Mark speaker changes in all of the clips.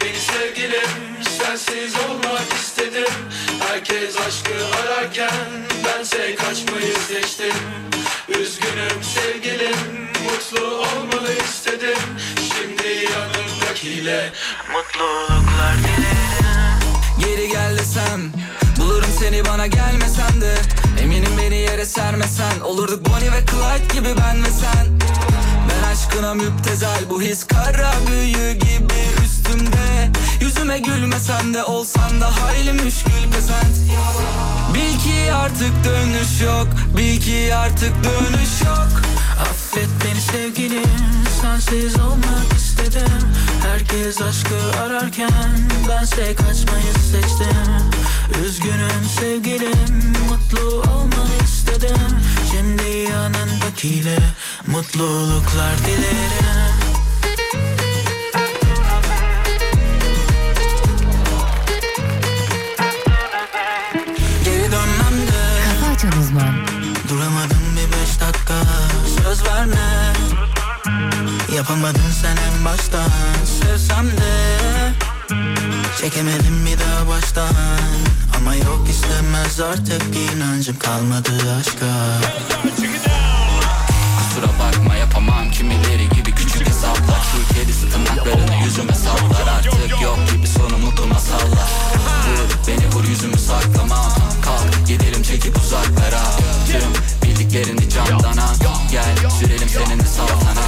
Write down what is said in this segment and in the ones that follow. Speaker 1: Bir sevgilim sensiz olmak istedim Herkes aşkı ararken bense kaçmayı seçtim Üzgünüm sevgilim mutlu olmanı istedim Şimdi yanımdakiyle mutluluklar
Speaker 2: Geri gel desem Bulurum seni bana gelmesen de Eminim beni yere sermesen Olurduk Bonnie ve Clyde gibi ben ve sen Ben aşkına müptezel Bu his kara büyü gibi üstümde Yüzüme gülmesen de olsan da Hayli müşkül pesent Bil ki artık dönüş yok Bil ki artık dönüş yok Affet beni sevgilim Sensiz olmak istedim Herkes aşkı ararken Bense kaçmayı seçtim Üzgünüm sevgilim Mutlu olmanı istedim Şimdi yanındakiyle Mutluluklar dilerim Geri dönmem de
Speaker 3: Kafa Açan Uzman
Speaker 2: Duramadın bir beş dakika Söz verme Yapamadın sen en baştan Sevsem de Çekemedim bir daha baştan Ama yok istemez artık inancım kalmadı aşka Kusura bakma yapamam kimileri gibi küçük hesaplar Şu kedisi tırnaklarını yüzüme sallar Artık yok gibi sonu mutlu masallar Vur beni vur yüzümü saklama Kalk gidelim çekip uzaklara Tüm bildiklerini candana Gel sürelim seninle saltana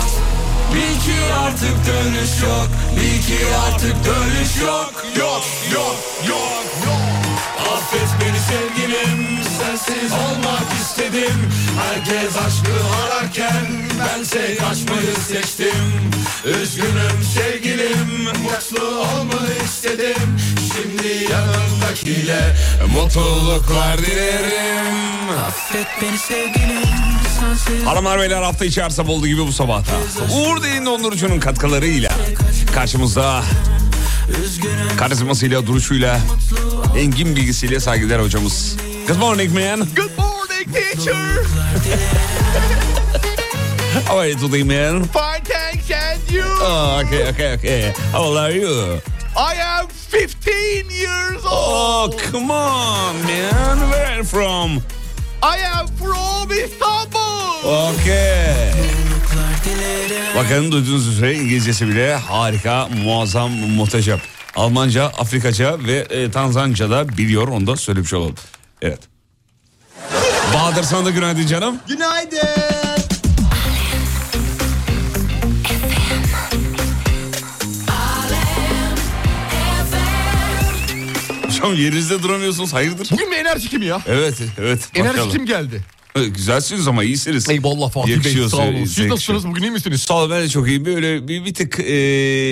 Speaker 2: Bil ki artık dönüş yok Bil ki artık dönüş yok
Speaker 1: Yok yok yok yok Affet beni sevgilim sensiz olmak istedim Herkes aşkı ararken bense kaçmayı seçtim Üzgünüm sevgilim mutlu olmanı istedim Şimdi yanımdakiyle mutluluklar dilerim
Speaker 2: Affet beni sevgilim sensiz
Speaker 4: Hanımlar beyler hafta içi arsa olduğu gibi bu sabahta. Uğur Derin Dondurucu'nun katkılarıyla karşımızda karizmasıyla, duruşuyla, engin bilgisiyle saygılar hocamız. Good morning man. Good morning teacher. How are you today man?
Speaker 5: Fine, thanks, and you?
Speaker 4: Oh, okay, okay, okay. How are you?
Speaker 5: I am 15 years
Speaker 4: Oh,
Speaker 5: old.
Speaker 4: come on man. Where are you from?
Speaker 5: I am from Istanbul.
Speaker 4: Okey. Bakanın duyduğunuz üzere İngilizcesi bile harika, muazzam, muhteşem. Almanca, Afrikaça ve e, Tanzanca da biliyor. Onu da söylemiş olalım. Evet. Bahadır sana da günaydın canım.
Speaker 5: Günaydın.
Speaker 4: Hocam yerinizde duramıyorsunuz. Hayırdır?
Speaker 5: Bugün bir enerji kim ya?
Speaker 4: Evet, evet.
Speaker 5: Enerji
Speaker 4: bakalım.
Speaker 5: kim geldi?
Speaker 4: E, Güzelsiniz ama iyisiniz.
Speaker 5: Eyvallah Fatih Bey
Speaker 4: Yakışıyor
Speaker 5: sağ olun.
Speaker 4: size,
Speaker 5: Siz
Speaker 4: yakışıyor.
Speaker 5: nasılsınız bugün iyi misiniz?
Speaker 4: Sağ ol ben de çok iyiyim. Böyle bir, bir tık e,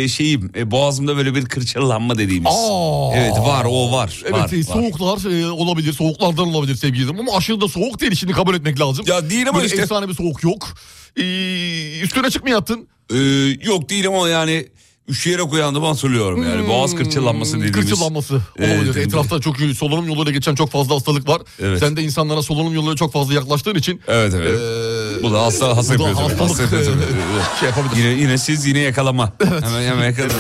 Speaker 4: şeyim. e, boğazımda böyle bir kırçıllanma dediğimiz.
Speaker 5: Aa.
Speaker 4: Evet var o var.
Speaker 5: Evet
Speaker 4: var,
Speaker 5: e,
Speaker 4: var.
Speaker 5: soğuklar e, olabilir soğuklardan olabilir sevgili izleyicilerim ama aşırı da soğuk değil şimdi kabul etmek lazım.
Speaker 4: Ya değil ama
Speaker 5: Böyle
Speaker 4: işte-
Speaker 5: efsane bir soğuk yok. Ee, üstüne açık mı yattın?
Speaker 4: Ee, yok değil ama yani üşüyerek uyandım hatırlıyorum
Speaker 5: Hmm,
Speaker 4: yani. Boğaz kırçıllanması dediğimiz.
Speaker 5: Kırçıllanması
Speaker 4: Ee,
Speaker 5: olabilir.
Speaker 4: dedi-
Speaker 5: Etrafta çok iyi solunum yoluyla geçen çok fazla hastalık var.
Speaker 4: Evet.
Speaker 5: Sen de insanlara solunum yoluyla çok fazla yaklaştığın için
Speaker 4: Evet evet.
Speaker 5: Ee,
Speaker 4: bu da hasta hasta
Speaker 5: bu da
Speaker 4: yapıyor tabii,
Speaker 5: hastalık,
Speaker 4: hasta yapıyor tabii.
Speaker 5: e,
Speaker 4: Evet.
Speaker 5: şey yapabilir.
Speaker 4: Yine, yine siz yine yakalama. Hemen hemen yakalama.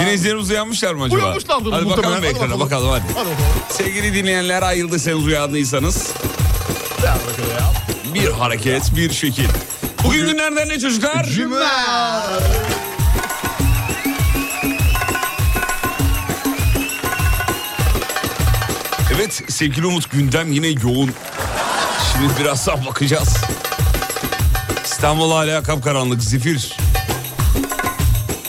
Speaker 4: Dinleyicilerimiz uyanmışlar mı acaba?
Speaker 5: Uyanmışlardır
Speaker 4: Hadi
Speaker 5: muhtemelen.
Speaker 4: bakalım ekrana bakalım. hadi.
Speaker 5: Hadi bakalım.
Speaker 4: Sevgili dinleyenler ayıldıysanız uyandıysanız
Speaker 5: Gel bakalım ya.
Speaker 4: bir hareket bir şekil. Bugün günlerden ne çocuklar? Evet sevgili Umut gündem yine yoğun. Şimdi birazdan bakacağız. İstanbul hala kapkaranlık zifir.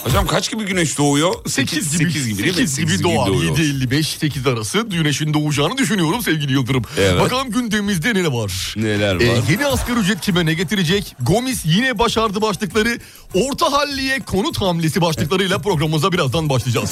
Speaker 4: Hocam kaç gibi güneş doğuyor?
Speaker 5: 8 gibi,
Speaker 4: Sekiz
Speaker 5: 8 gibi,
Speaker 4: değil mi? Sekiz
Speaker 5: doğar. 7.55-8 arası güneşin doğacağını düşünüyorum sevgili Yıldırım.
Speaker 4: Evet.
Speaker 5: Bakalım gündemimizde ne var?
Speaker 4: Neler var?
Speaker 5: Ee, yeni asgari ücret kime ne getirecek? Gomis yine başardı başlıkları. Orta halliye konut hamlesi başlıklarıyla programımıza birazdan başlayacağız.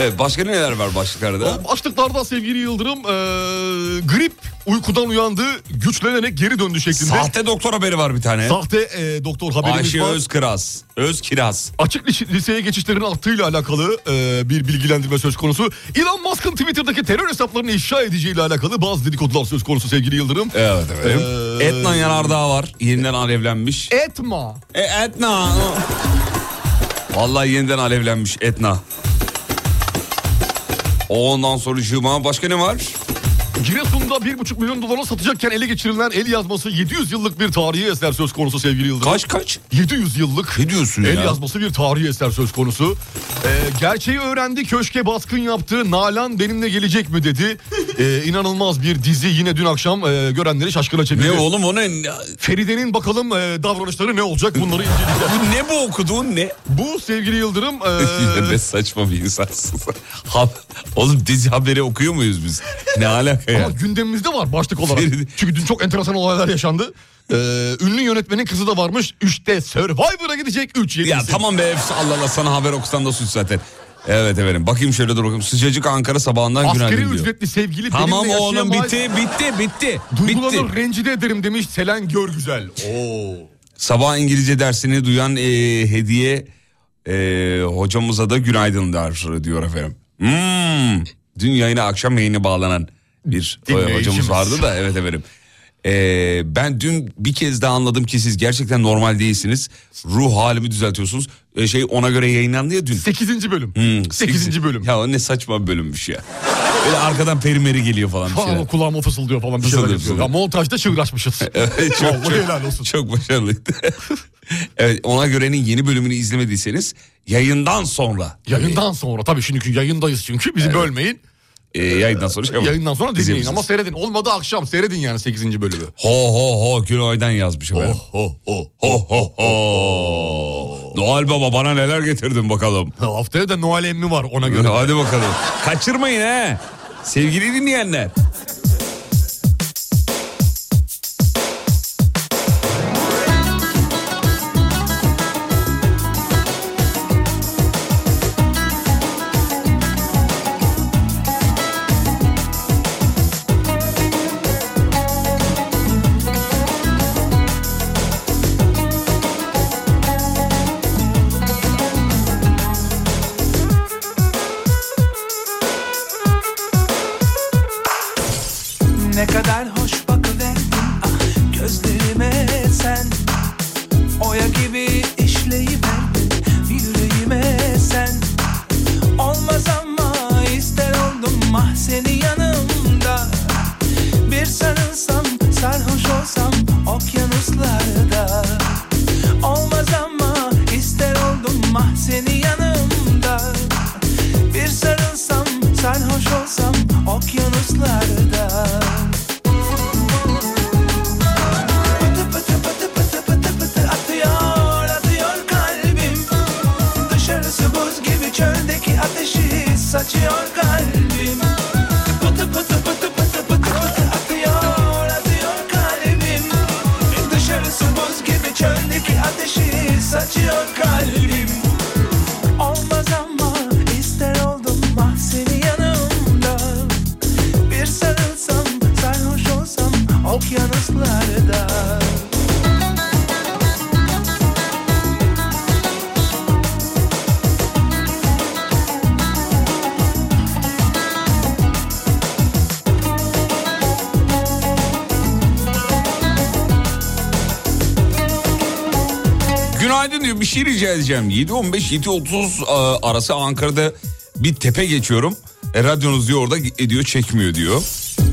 Speaker 4: Evet, başka neler var başlıklarda?
Speaker 5: Başlıklardan Ee, sevgili Yıldırım eee, grip uykudan uyandı güçlenerek geri döndü şeklinde.
Speaker 4: Sahte doktor haberi var bir tane.
Speaker 5: Sahte eee, doktor haberimiz
Speaker 4: Ayşe
Speaker 5: var.
Speaker 4: Özkiraz. Özkiraz.
Speaker 5: Açık lise- liseye geçişlerin arttığıyla alakalı eee, bir bilgilendirme söz konusu. Elon Musk'ın Twitter'daki terör hesaplarını ifşa edeceğiyle alakalı bazı dedikodular söz konusu sevgili Yıldırım.
Speaker 4: Evet efendim. Etna Yanardağ var. Yeniden alevlenmiş.
Speaker 5: Etma.
Speaker 4: E, Etna. Vallahi yeniden alevlenmiş Etna. Ondan sonra Cuma başka ne var?
Speaker 5: Giresun'da 1,5 milyon dolara satacakken ele geçirilen el yazması 700 yıllık bir tarihi eser söz konusu sevgili Yıldırım.
Speaker 4: Kaç kaç?
Speaker 5: 700 yıllık
Speaker 4: Ne diyorsun
Speaker 5: el
Speaker 4: ya?
Speaker 5: yazması bir tarihi eser söz konusu. Ee, gerçeği öğrendi, köşke baskın yaptı, Nalan benimle gelecek mi dedi. Ee, inanılmaz bir dizi yine dün akşam e, görenleri şaşkına
Speaker 4: Ne
Speaker 5: çevirdi.
Speaker 4: oğlum o ne?
Speaker 5: Feride'nin bakalım e, davranışları ne olacak bunları inceleyeceğiz.
Speaker 4: Bu ne bu okuduğun ne?
Speaker 5: Bu sevgili Yıldırım...
Speaker 4: Yine
Speaker 5: E,
Speaker 4: de saçma bir insansın. Ha- oğlum dizi haberi okuyor muyuz biz? Ne alaka ya?
Speaker 5: ama gündemimizde var başlık olarak.
Speaker 4: Feride-
Speaker 5: Çünkü dün çok enteresan olaylar yaşandı. Ee, ünlü yönetmenin kızı da varmış. 3'te Survivor'a gidecek. 3
Speaker 4: Ya tamam be efs- Allah Allah sana haber okusan da suç zaten. Evet efendim bakayım şöyle dur bakayım. Sıcacık Ankara sabahından
Speaker 5: Askeri
Speaker 4: günaydın diyor.
Speaker 5: ücretli sevgili
Speaker 4: Tamam
Speaker 5: benimle
Speaker 4: oğlum
Speaker 5: yaşayamayız.
Speaker 4: bitti bitti bitti. Bitti.
Speaker 5: Duygulanır rencide ederim demiş Selen Görgüzel. Oo.
Speaker 4: Sabah İngilizce dersini duyan e, hediye e, hocamıza da günaydınlar diyor efendim. Hmm. Dün yayına akşam yayını bağlanan bir e, hocamız
Speaker 5: Dinleyicimiz.
Speaker 4: vardı da evet efendim. E, ben dün bir kez daha anladım ki siz gerçekten normal değilsiniz. Ruh halimi düzeltiyorsunuz. E, şey ona göre yayınlandı ya dün.
Speaker 5: 8. bölüm. 8. bölüm.
Speaker 4: Hmm, Ya o ne saçma bir bölümmüş ya. Böyle arkadan perimeri geliyor falan bir
Speaker 5: Aa,
Speaker 4: şeyler.
Speaker 5: kulağıma fısıldıyor falan bir
Speaker 4: şey- Fısıldıyor,
Speaker 5: şeyler yapıyor. Ya
Speaker 4: fısıldıyor.
Speaker 5: montajda çığırlaşmışız.
Speaker 4: Evet, E, çok,
Speaker 5: Vallahi
Speaker 4: çok,
Speaker 5: helal olsun.
Speaker 4: çok başarılıydı. evet ona görenin yeni bölümünü izlemediyseniz yayından sonra.
Speaker 5: Yayından sonra tabii çünkü yayındayız çünkü bizi bölmeyin.
Speaker 4: E, yayından sonra şey yapın.
Speaker 5: Yayından sonra dinleyin ama
Speaker 4: İzleyebilirsiniz.
Speaker 5: seyredin. Olmadı akşam seyredin yani 8. bölümü.
Speaker 4: Ho ho ho Gülay'dan yazmış
Speaker 5: Oh,
Speaker 4: efendim.
Speaker 5: ho ho.
Speaker 4: Ho
Speaker 5: oh,
Speaker 4: ho ho. Noel Baba bana neler getirdin bakalım.
Speaker 5: Ha, Haftaya da Noel emmi var ona göre.
Speaker 4: Hadi bakalım. Kaçırmayın he. Sevgili dinleyenler.
Speaker 6: Ne kadar hoş bakıverdin ah gözlerime sen Oya gibi işleyiverdin yüreğime sen Olmaz ama ister oldum ah seni yanımda Bir sarılsam sarhoş olsam okyanuslarda Olmaz ama ister oldum ah seni yanımda Bir sarılsam sarhoş olsam okyanuslarda Pıtı pıtı pıtı pıtı pıtı pıtı atıyor atıyor kalbim Dışarısı buz gibi çöldeki ateşi saçıyor kalbim Pıtı pıtı pıtı pıtı pıtı pıtı atıyor atıyor kalbim Dışarısı buz gibi çöldeki ateşi saçıyor kalbim Olmaz ama ister oldum ah seni yanımda Bir sarılsam sarhoş olsam okyanuslarda
Speaker 4: Günaydın diyor bir şey rica edeceğim. 7.15-7.30 e, arası Ankara'da bir tepe geçiyorum. E, radyonuz diyor orada e, diyor çekmiyor diyor.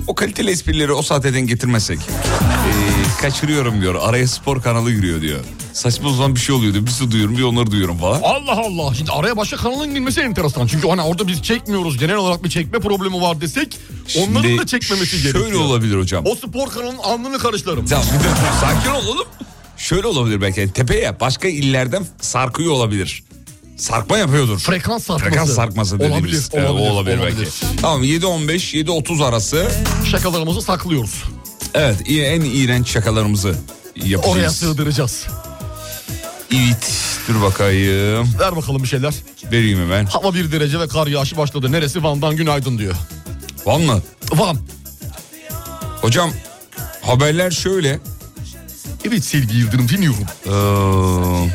Speaker 4: O kaliteli esprileri o saate denk getirmezsek. e, kaçırıyorum diyor. Araya spor kanalı giriyor diyor. Saçma zaman bir şey oluyor diyor. Bir su duyuyorum bir onları duyuyorum falan.
Speaker 5: Allah Allah. Şimdi araya başka kanalın girmesi enteresan. Çünkü hani orada biz çekmiyoruz. Genel olarak bir çekme problemi var desek onların
Speaker 4: Şimdi
Speaker 5: da çekmemesi
Speaker 4: şöyle
Speaker 5: gerekiyor.
Speaker 4: olabilir hocam.
Speaker 5: O spor kanalının alnını karışlarım.
Speaker 4: Tamam, bir dakika, sakin ol oğlum. Şöyle olabilir belki. Yani tepeye başka illerden sarkıyor olabilir. Sarkma yapıyordur.
Speaker 5: Frekans sarkması.
Speaker 4: Frekans sarkması dediğimiz.
Speaker 5: Olabilir,
Speaker 4: Evet,
Speaker 5: olabilir,
Speaker 4: o olabilir,
Speaker 5: olabilir.
Speaker 4: belki. Tamam 7.15 7.30 arası
Speaker 5: Şakalarımızı saklıyoruz.
Speaker 4: evet iyi- en iğrenç şakalarımızı yapacağız.
Speaker 5: Oraya sığdıracağız.
Speaker 4: Evet dur bakayım.
Speaker 5: Ver bakalım bir şeyler.
Speaker 4: Vereyim hemen.
Speaker 5: Hava bir derece ve kar yağışı başladı. Neresi? Van'dan günaydın diyor.
Speaker 4: Van mı?
Speaker 5: Van.
Speaker 4: Hocam haberler şöyle.
Speaker 5: Evet sevgili Yıldırım dinliyorum.
Speaker 4: Ee,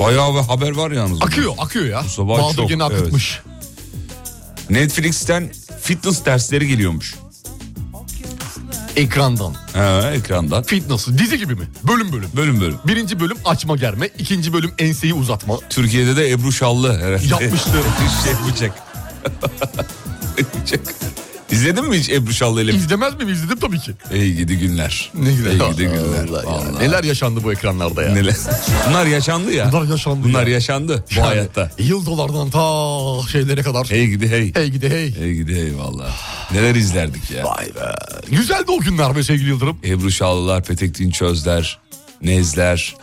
Speaker 4: bayağı bir haber var yalnız.
Speaker 5: Akıyor akıyor ya.
Speaker 4: sabah
Speaker 5: Bahadır
Speaker 4: çok,
Speaker 5: gene
Speaker 4: evet.
Speaker 5: akıtmış.
Speaker 4: Netflix'ten fitness dersleri geliyormuş.
Speaker 5: Ekrandan.
Speaker 4: He, ekrandan.
Speaker 5: Fitness. Dizi gibi mi? Bölüm bölüm.
Speaker 4: Bölüm bölüm.
Speaker 5: Birinci bölüm açma germe. ikinci bölüm enseyi uzatma.
Speaker 4: Türkiye'de de Ebru Şallı herhalde.
Speaker 5: Yapmıştı.
Speaker 4: Bir şey yapacak. yapacak. İzledin mi hiç Ebru Şallı ile?
Speaker 5: İzlemez miyim? İzledim tabii ki.
Speaker 4: Ey gidi günler.
Speaker 5: Ne güzel.
Speaker 4: Ey gidi günler.
Speaker 5: Allah ya.
Speaker 4: Vallahi.
Speaker 5: Neler yaşandı bu ekranlarda ya.
Speaker 4: Neler. Bunlar yaşandı ya.
Speaker 5: Bunlar yaşandı
Speaker 4: Bunlar
Speaker 5: ya.
Speaker 4: yaşandı bu
Speaker 5: Yani
Speaker 4: hayatta.
Speaker 5: Yıl dolardan ta şeylere kadar. Hey,
Speaker 4: Hey gidi hey.
Speaker 5: gidi hey.
Speaker 4: Hey gidi hey valla. Neler izlerdik ya.
Speaker 5: Vay be. Güzeldi o günler be sevgili Yıldırım.
Speaker 4: Ebru Şallılar, Petek Dinçözler, Nezler.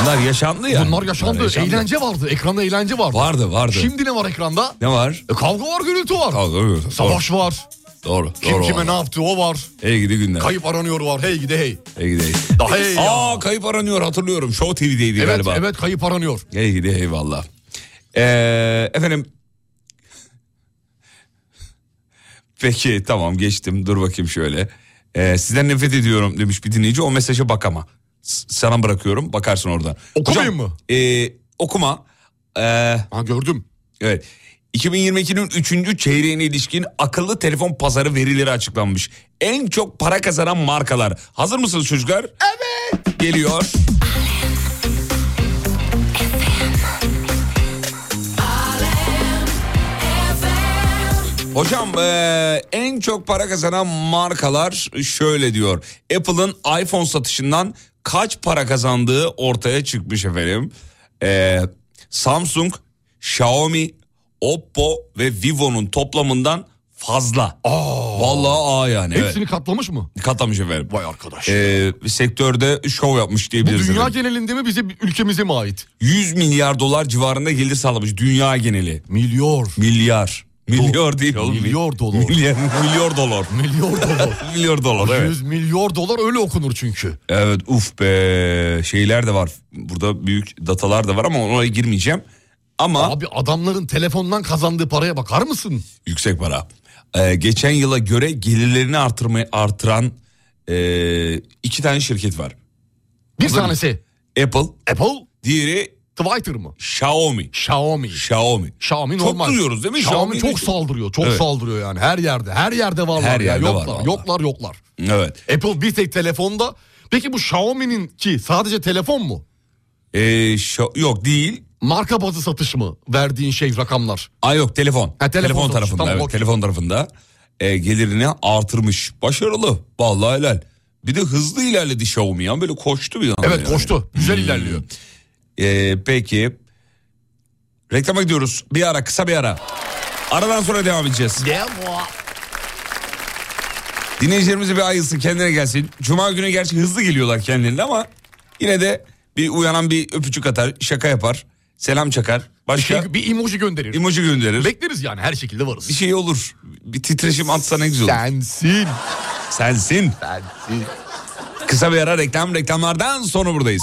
Speaker 4: Bunlar yaşandı ya.
Speaker 5: Bunlar yaşandı. Eğlence vardı. Ekranda eğlence vardı.
Speaker 4: Vardı vardı.
Speaker 5: Şimdi ne var ekranda?
Speaker 4: Ne var?
Speaker 5: E, kavga var, gürültü var.
Speaker 4: Kavga gürültü.
Speaker 5: Savaş var.
Speaker 4: Doğru.
Speaker 5: Kim
Speaker 4: doğru
Speaker 5: kime
Speaker 4: valla.
Speaker 5: ne yaptı o var.
Speaker 4: Hey gidi günler.
Speaker 5: Kayıp aranıyor var. Hey gidi hey.
Speaker 4: Hey gidi hey.
Speaker 5: Daha hey ya.
Speaker 4: Aa kayıp aranıyor hatırlıyorum. Show TV'deydi
Speaker 5: Evet,
Speaker 4: galiba.
Speaker 5: evet kayıp aranıyor.
Speaker 4: Hey gidi hey valla. Ee, efendim. Peki tamam geçtim dur bakayım şöyle. Ee, sizden nefret ediyorum demiş bir dinleyici o mesaja bak ama. S- Sana bırakıyorum bakarsın oradan.
Speaker 5: Okumayayım mı?
Speaker 4: e, okuma. Ee,
Speaker 5: Ha gördüm.
Speaker 4: Evet. 2022'nin 3. çeyreğine ilişkin akıllı telefon pazarı verileri açıklanmış. En çok para kazanan markalar. Hazır mısınız çocuklar? Evet. Geliyor. Hocam eee, en çok para kazanan markalar şöyle diyor. Apple'ın iPhone satışından kaç para kazandığı ortaya çıkmış efendim. Eee, Samsung, Xiaomi, Oppo ve Vivo'nun toplamından fazla. Vallahi A yani. Evet.
Speaker 5: Hepsini katlamış mı?
Speaker 4: Katlamış E, efendim.
Speaker 5: Vay arkadaş.
Speaker 4: Eee, Ee, sektörde şov yapmış
Speaker 5: Bu
Speaker 4: diyebiliriz.
Speaker 5: dünya
Speaker 4: efendim.
Speaker 5: genelinde mi bize ülkemize mi ait?
Speaker 4: 100 milyar dolar civarında gelir sağlamış dünya geneli.
Speaker 5: Milyar.
Speaker 4: Milyar. Milyar değil oğlum.
Speaker 5: Milyar dolar.
Speaker 4: Milyar, milyar dolar.
Speaker 5: Milyar dolar.
Speaker 4: Milyar dolar evet.
Speaker 5: 100 milyar dolar öyle okunur çünkü.
Speaker 4: Evet uf be şeyler de var. Burada büyük datalar da var ama oraya girmeyeceğim. Ama
Speaker 5: Abi adamların telefondan kazandığı paraya bakar mısın?
Speaker 4: yüksek para. Ee, geçen yıla göre gelirlerini artırmayı artıran ee, iki tane şirket var.
Speaker 5: Bir tanesi
Speaker 4: Apple,
Speaker 5: Apple,
Speaker 4: diğeri
Speaker 5: Twitter mı?
Speaker 4: Xiaomi.
Speaker 5: Xiaomi.
Speaker 4: Xiaomi.
Speaker 5: Xiaomi
Speaker 4: Çok
Speaker 5: normal.
Speaker 4: duyuyoruz değil mi?
Speaker 5: Xiaomi,
Speaker 4: Xiaomi
Speaker 5: çok
Speaker 4: ne-
Speaker 5: saldırıyor. Çok
Speaker 4: Evet.
Speaker 5: saldırıyor yani her yerde. Her yerde varlar.
Speaker 4: Her
Speaker 5: ya,
Speaker 4: yerde var
Speaker 5: yoklar,
Speaker 4: vallahi.
Speaker 5: Yoklar yoklar.
Speaker 4: Evet.
Speaker 5: Apple bir tek telefonda. Peki bu Xiaomi'nin ki sadece telefon mu?
Speaker 4: Ee, Xia- yok değil.
Speaker 5: Marka bazı satış mı verdiğin şey rakamlar?
Speaker 4: Aa yok telefon.
Speaker 5: Ha, telefon sonuçta.
Speaker 4: tarafında.
Speaker 5: Tamam,
Speaker 4: evet,
Speaker 5: okey.
Speaker 4: telefon tarafında e, gelirini artırmış. Başarılı. Vallahi helal. Bir de hızlı ilerledi Xiaomi ya. Böyle koştu bir anda.
Speaker 5: Evet
Speaker 4: yani.
Speaker 5: koştu. Güzel ilerliyor.
Speaker 4: Ee, peki. Reklama gidiyoruz. Bir ara kısa bir ara. Aradan sonra devam edeceğiz. Dinleyicilerimize bir ayılsın kendine gelsin. Cuma günü gerçi hızlı geliyorlar kendilerine ama yine de bir uyanan bir öpücük atar, şaka yapar, selam çakar. Başka
Speaker 5: Şey, bir emoji gönderir.
Speaker 4: emoji gönderir.
Speaker 5: Bekleriz yani her şekilde varız.
Speaker 4: bir şey olur. Bir titreşim atsa ne güzel olur.
Speaker 5: Sensin.
Speaker 4: Sensin.
Speaker 5: Sensin.
Speaker 4: Kısa bir ara reklam reklamlardan sonra buradayız.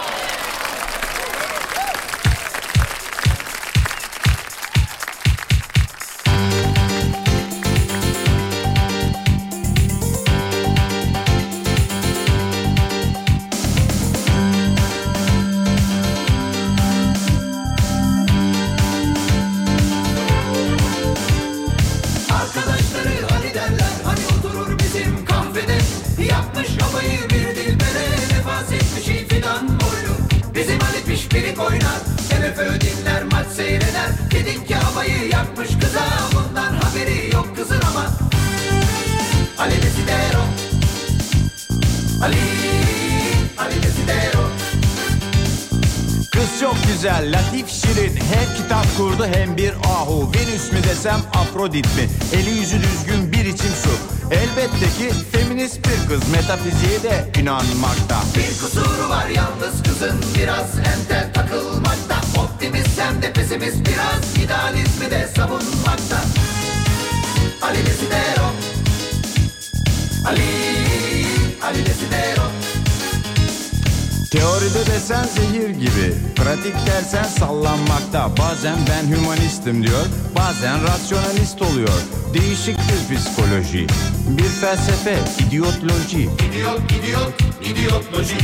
Speaker 7: Arkadaşları hani derler hani oturur bizim kahvede Yapmış kafayı bir dilbere nefas etmiş iyi fidan boylu Bizim Ali pişpirik oynar TRF dinler maç seyreder Dedin ki havayı yakmış kıza bundan haberi yok kızın ama Ali Desidero Ali Ali Desidero
Speaker 8: Kız çok güzel, latif, şirin Hem kitap kurdu hem bir ahu Venüs mü desem Afrodit mi? Eli yüzü düzgün bir içim su Elbette ki feminist bir kız Metafiziğe de inanmakta
Speaker 7: Bir kusuru var yalnız kızın biraz enter takılmakta Optimist hem de pesimist biraz idealizmi de savunmakta Ali Desidero
Speaker 8: Teoride desen zehir gibi Pratik dersen sallanmakta Bazen ben hümanistim diyor Bazen rasyonalist oluyor Değişik bir psikoloji Bir felsefe idiotloji
Speaker 7: İdiot, idiot, idiotloji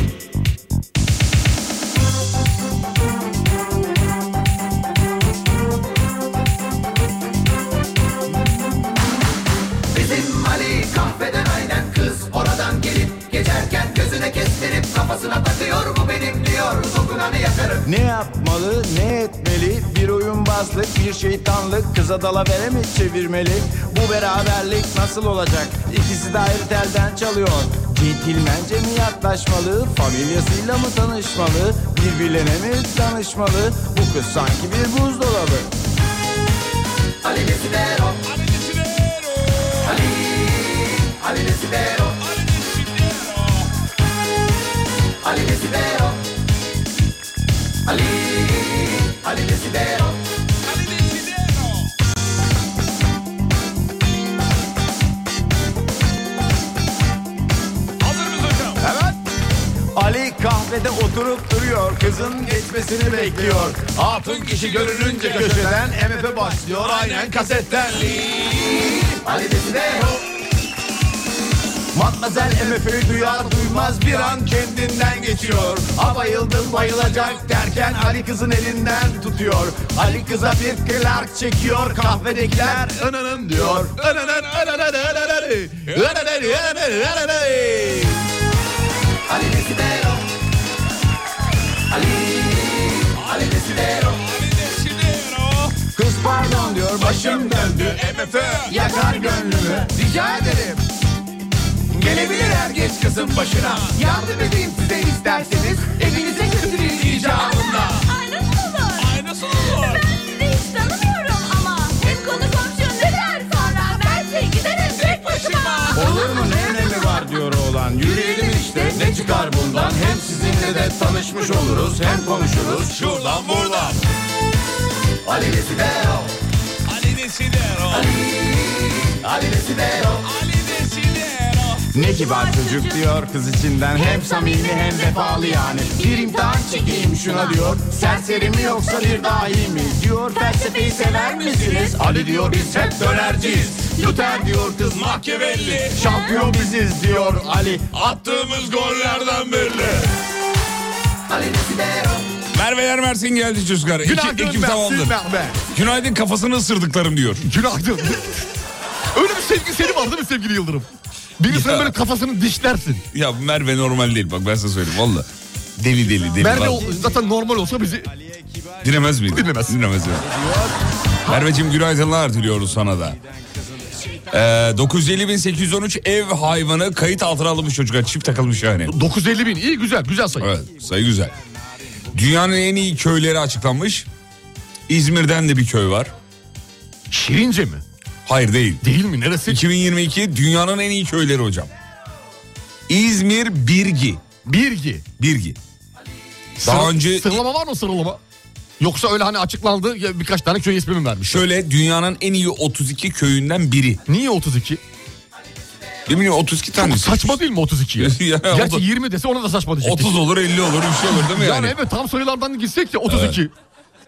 Speaker 7: Bizim Ali kahveden aynen kız oradan gelip geçerken gözüne kestirip kafasına takıyor bu benim diyor dokunanı yakarım
Speaker 8: Ne yapmalı, ne etmeli? Bir oyunbazlık, bir şeytanlık, kıza dalavere mi çevirmeli? Bu beraberlik nasıl olacak? İkisi de ayrı telden çalıyor. Centilmence mi yaklaşmalı, familyasıyla mı tanışmalı? Birbirlerine mi danışmalı? Bu kız sanki bir buzdolabı.
Speaker 7: Ali Desidero Ali Ali Desidero Ali Desidero Ali Ali Desidero
Speaker 8: Evet. Ali kahvede oturup duruyor, kızın geçmesini bekliyor. Hatun kişi görününce köşeden MF başlıyor, aynen kasetten.
Speaker 7: Ali Desidero
Speaker 8: Matmazel MF'yi duyar duymaz bir an kendinden geçiyor A bayıldım bayılacak derken Ali kızın elinden tutuyor Ali kıza bir Clark çekiyor kahvedekiler ınının diyor Inının, ınının, ınının, ınının, ınının, ınının.
Speaker 7: Ali Desidero Ali Ali Desidero
Speaker 8: Kız pardon diyor başım döndü MF yakar gönlümü Rica ederim Gelebilir her geç kızın başına Yardım edeyim size isterseniz Evinize götürün icabında
Speaker 9: Aynası olur. Ben sizi hiç tanımıyorum ama hem konu komşu neler sonra ben de giderim tek başıma.
Speaker 8: Olur mu ne önemi var diyor oğlan Yürüyelim işte ne çıkar bundan Hem sizinle de tanışmış oluruz Hem konuşuruz şuradan buradan
Speaker 7: Ali Desidero Ali Desidero
Speaker 8: Ne kibar çocuk diyor kız içinden Hem samimi hem vefalı yani Bir imtihan çekeyim şuna diyor Serseri mi yoksa bir dahi mi Diyor felsefeyi sever misiniz Ali diyor biz hep dönerciyiz Luther diyor kız mahkemelli Şampiyon biziz diyor Ali
Speaker 4: Attığımız gollerden belli.
Speaker 7: Ali Desidero
Speaker 4: Merveler Mersin geldi Cüzgar. İki,
Speaker 5: Günaydın
Speaker 4: ekip tamamdır.
Speaker 5: Mersin Merve.
Speaker 4: Günaydın kafasını ısırdıklarım diyor.
Speaker 5: Günaydın. Öyle bir sevgi seni var değil mi sevgili Yıldırım? Birisinin
Speaker 4: Ya.
Speaker 5: böyle kafasını dişlersin.
Speaker 4: Ya Merve normal değil bak ben size söyleyeyim valla. Deli deli deli.
Speaker 5: Merve
Speaker 4: Bak,
Speaker 5: o- zaten normal olsa bizi...
Speaker 4: Dinlemez miydi?
Speaker 5: Dinlemez.
Speaker 4: Dinlemez. evet. Merveciğim günaydınlar diliyoruz sana da. Ee, 950.813 ev hayvanı kayıt altına alınmış çocuklar. Çift takılmış yani.
Speaker 5: 950 bin iyi güzel güzel sayı.
Speaker 4: Evet sayı güzel. Dünyanın en iyi köyleri açıklanmış. İzmir'den de bir köy var.
Speaker 5: Şirince mi?
Speaker 4: Hayır değil.
Speaker 5: Değil mi? Neresi?
Speaker 4: 2022 dünyanın en iyi köyleri hocam. İzmir Birgi.
Speaker 5: Birgi.
Speaker 4: Birgi.
Speaker 5: Sıra-
Speaker 4: Daha önce
Speaker 5: Sıralama var mı sıralama? Yoksa öyle hani açıklandı ya birkaç tane köy ismi mi vermiş?
Speaker 4: şöyle dünyanın en iyi 32 köyünden biri.
Speaker 5: Niye 32?
Speaker 4: Ne bileyim 32 tane.
Speaker 5: Saçma değil mi 32 ya?
Speaker 4: Ya, o
Speaker 5: Gerçi
Speaker 4: da-
Speaker 5: 20 dese ona da saçma diyecektik.
Speaker 4: 30 olur 50 olur bir şey olur değil mi
Speaker 5: yani,
Speaker 4: yani?
Speaker 5: evet tam sayılardan gitsek de 32.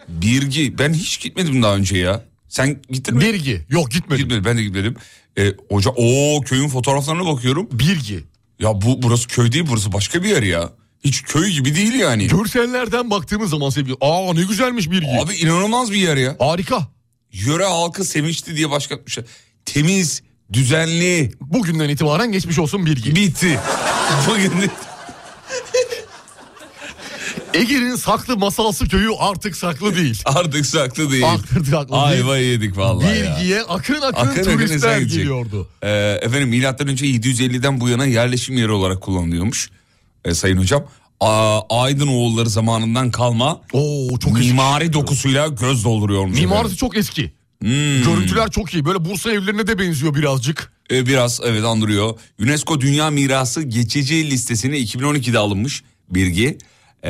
Speaker 4: Birgi ben hiç gitmedim daha önce ya. Sen gittin mi?
Speaker 5: Birgi. Yok gitmedim.
Speaker 4: Gitmedim ben de gitmedim. Ee, hoca o köyün fotoğraflarına bakıyorum.
Speaker 5: Birgi.
Speaker 4: Ya bu burası köy değil burası başka bir yer ya. Hiç köy gibi değil yani.
Speaker 5: Görsellerden baktığımız zaman sevgili... Aa ne güzelmiş Birgi.
Speaker 4: Abi inanılmaz bir yer ya.
Speaker 5: Harika.
Speaker 4: Yöre halkı sevinçli diye başlatmışlar. Temiz, düzenli.
Speaker 5: Bugünden itibaren geçmiş olsun Birgi.
Speaker 4: Bitti. Bugün de-
Speaker 5: Ege'nin saklı masalsı köyü artık saklı değil.
Speaker 4: artık saklı değil.
Speaker 5: Artık saklı değil.
Speaker 4: Ayva yedik vallahi ya.
Speaker 5: Birgi'ye akın akın,
Speaker 4: Akın akın
Speaker 5: turistler
Speaker 4: insan gidecek.
Speaker 5: geliyordu.
Speaker 4: Ee, efendim milattan önce 750'den bu yana yerleşim yeri olarak kullanılıyormuş. Ee, sayın hocam. Aa, Aydın oğulları zamanından kalma
Speaker 5: Oo çok eski.
Speaker 4: mimari dokusuyla göz dolduruyormuş.
Speaker 5: Mimarisi
Speaker 4: efendim.
Speaker 5: çok eski.
Speaker 4: Hmm.
Speaker 5: Görüntüler çok iyi. Böyle Bursa evlerine de benziyor birazcık.
Speaker 4: Ee, biraz evet andırıyor. UNESCO Dünya Mirası geçici listesine 2012'de alınmış bilgi. Ee,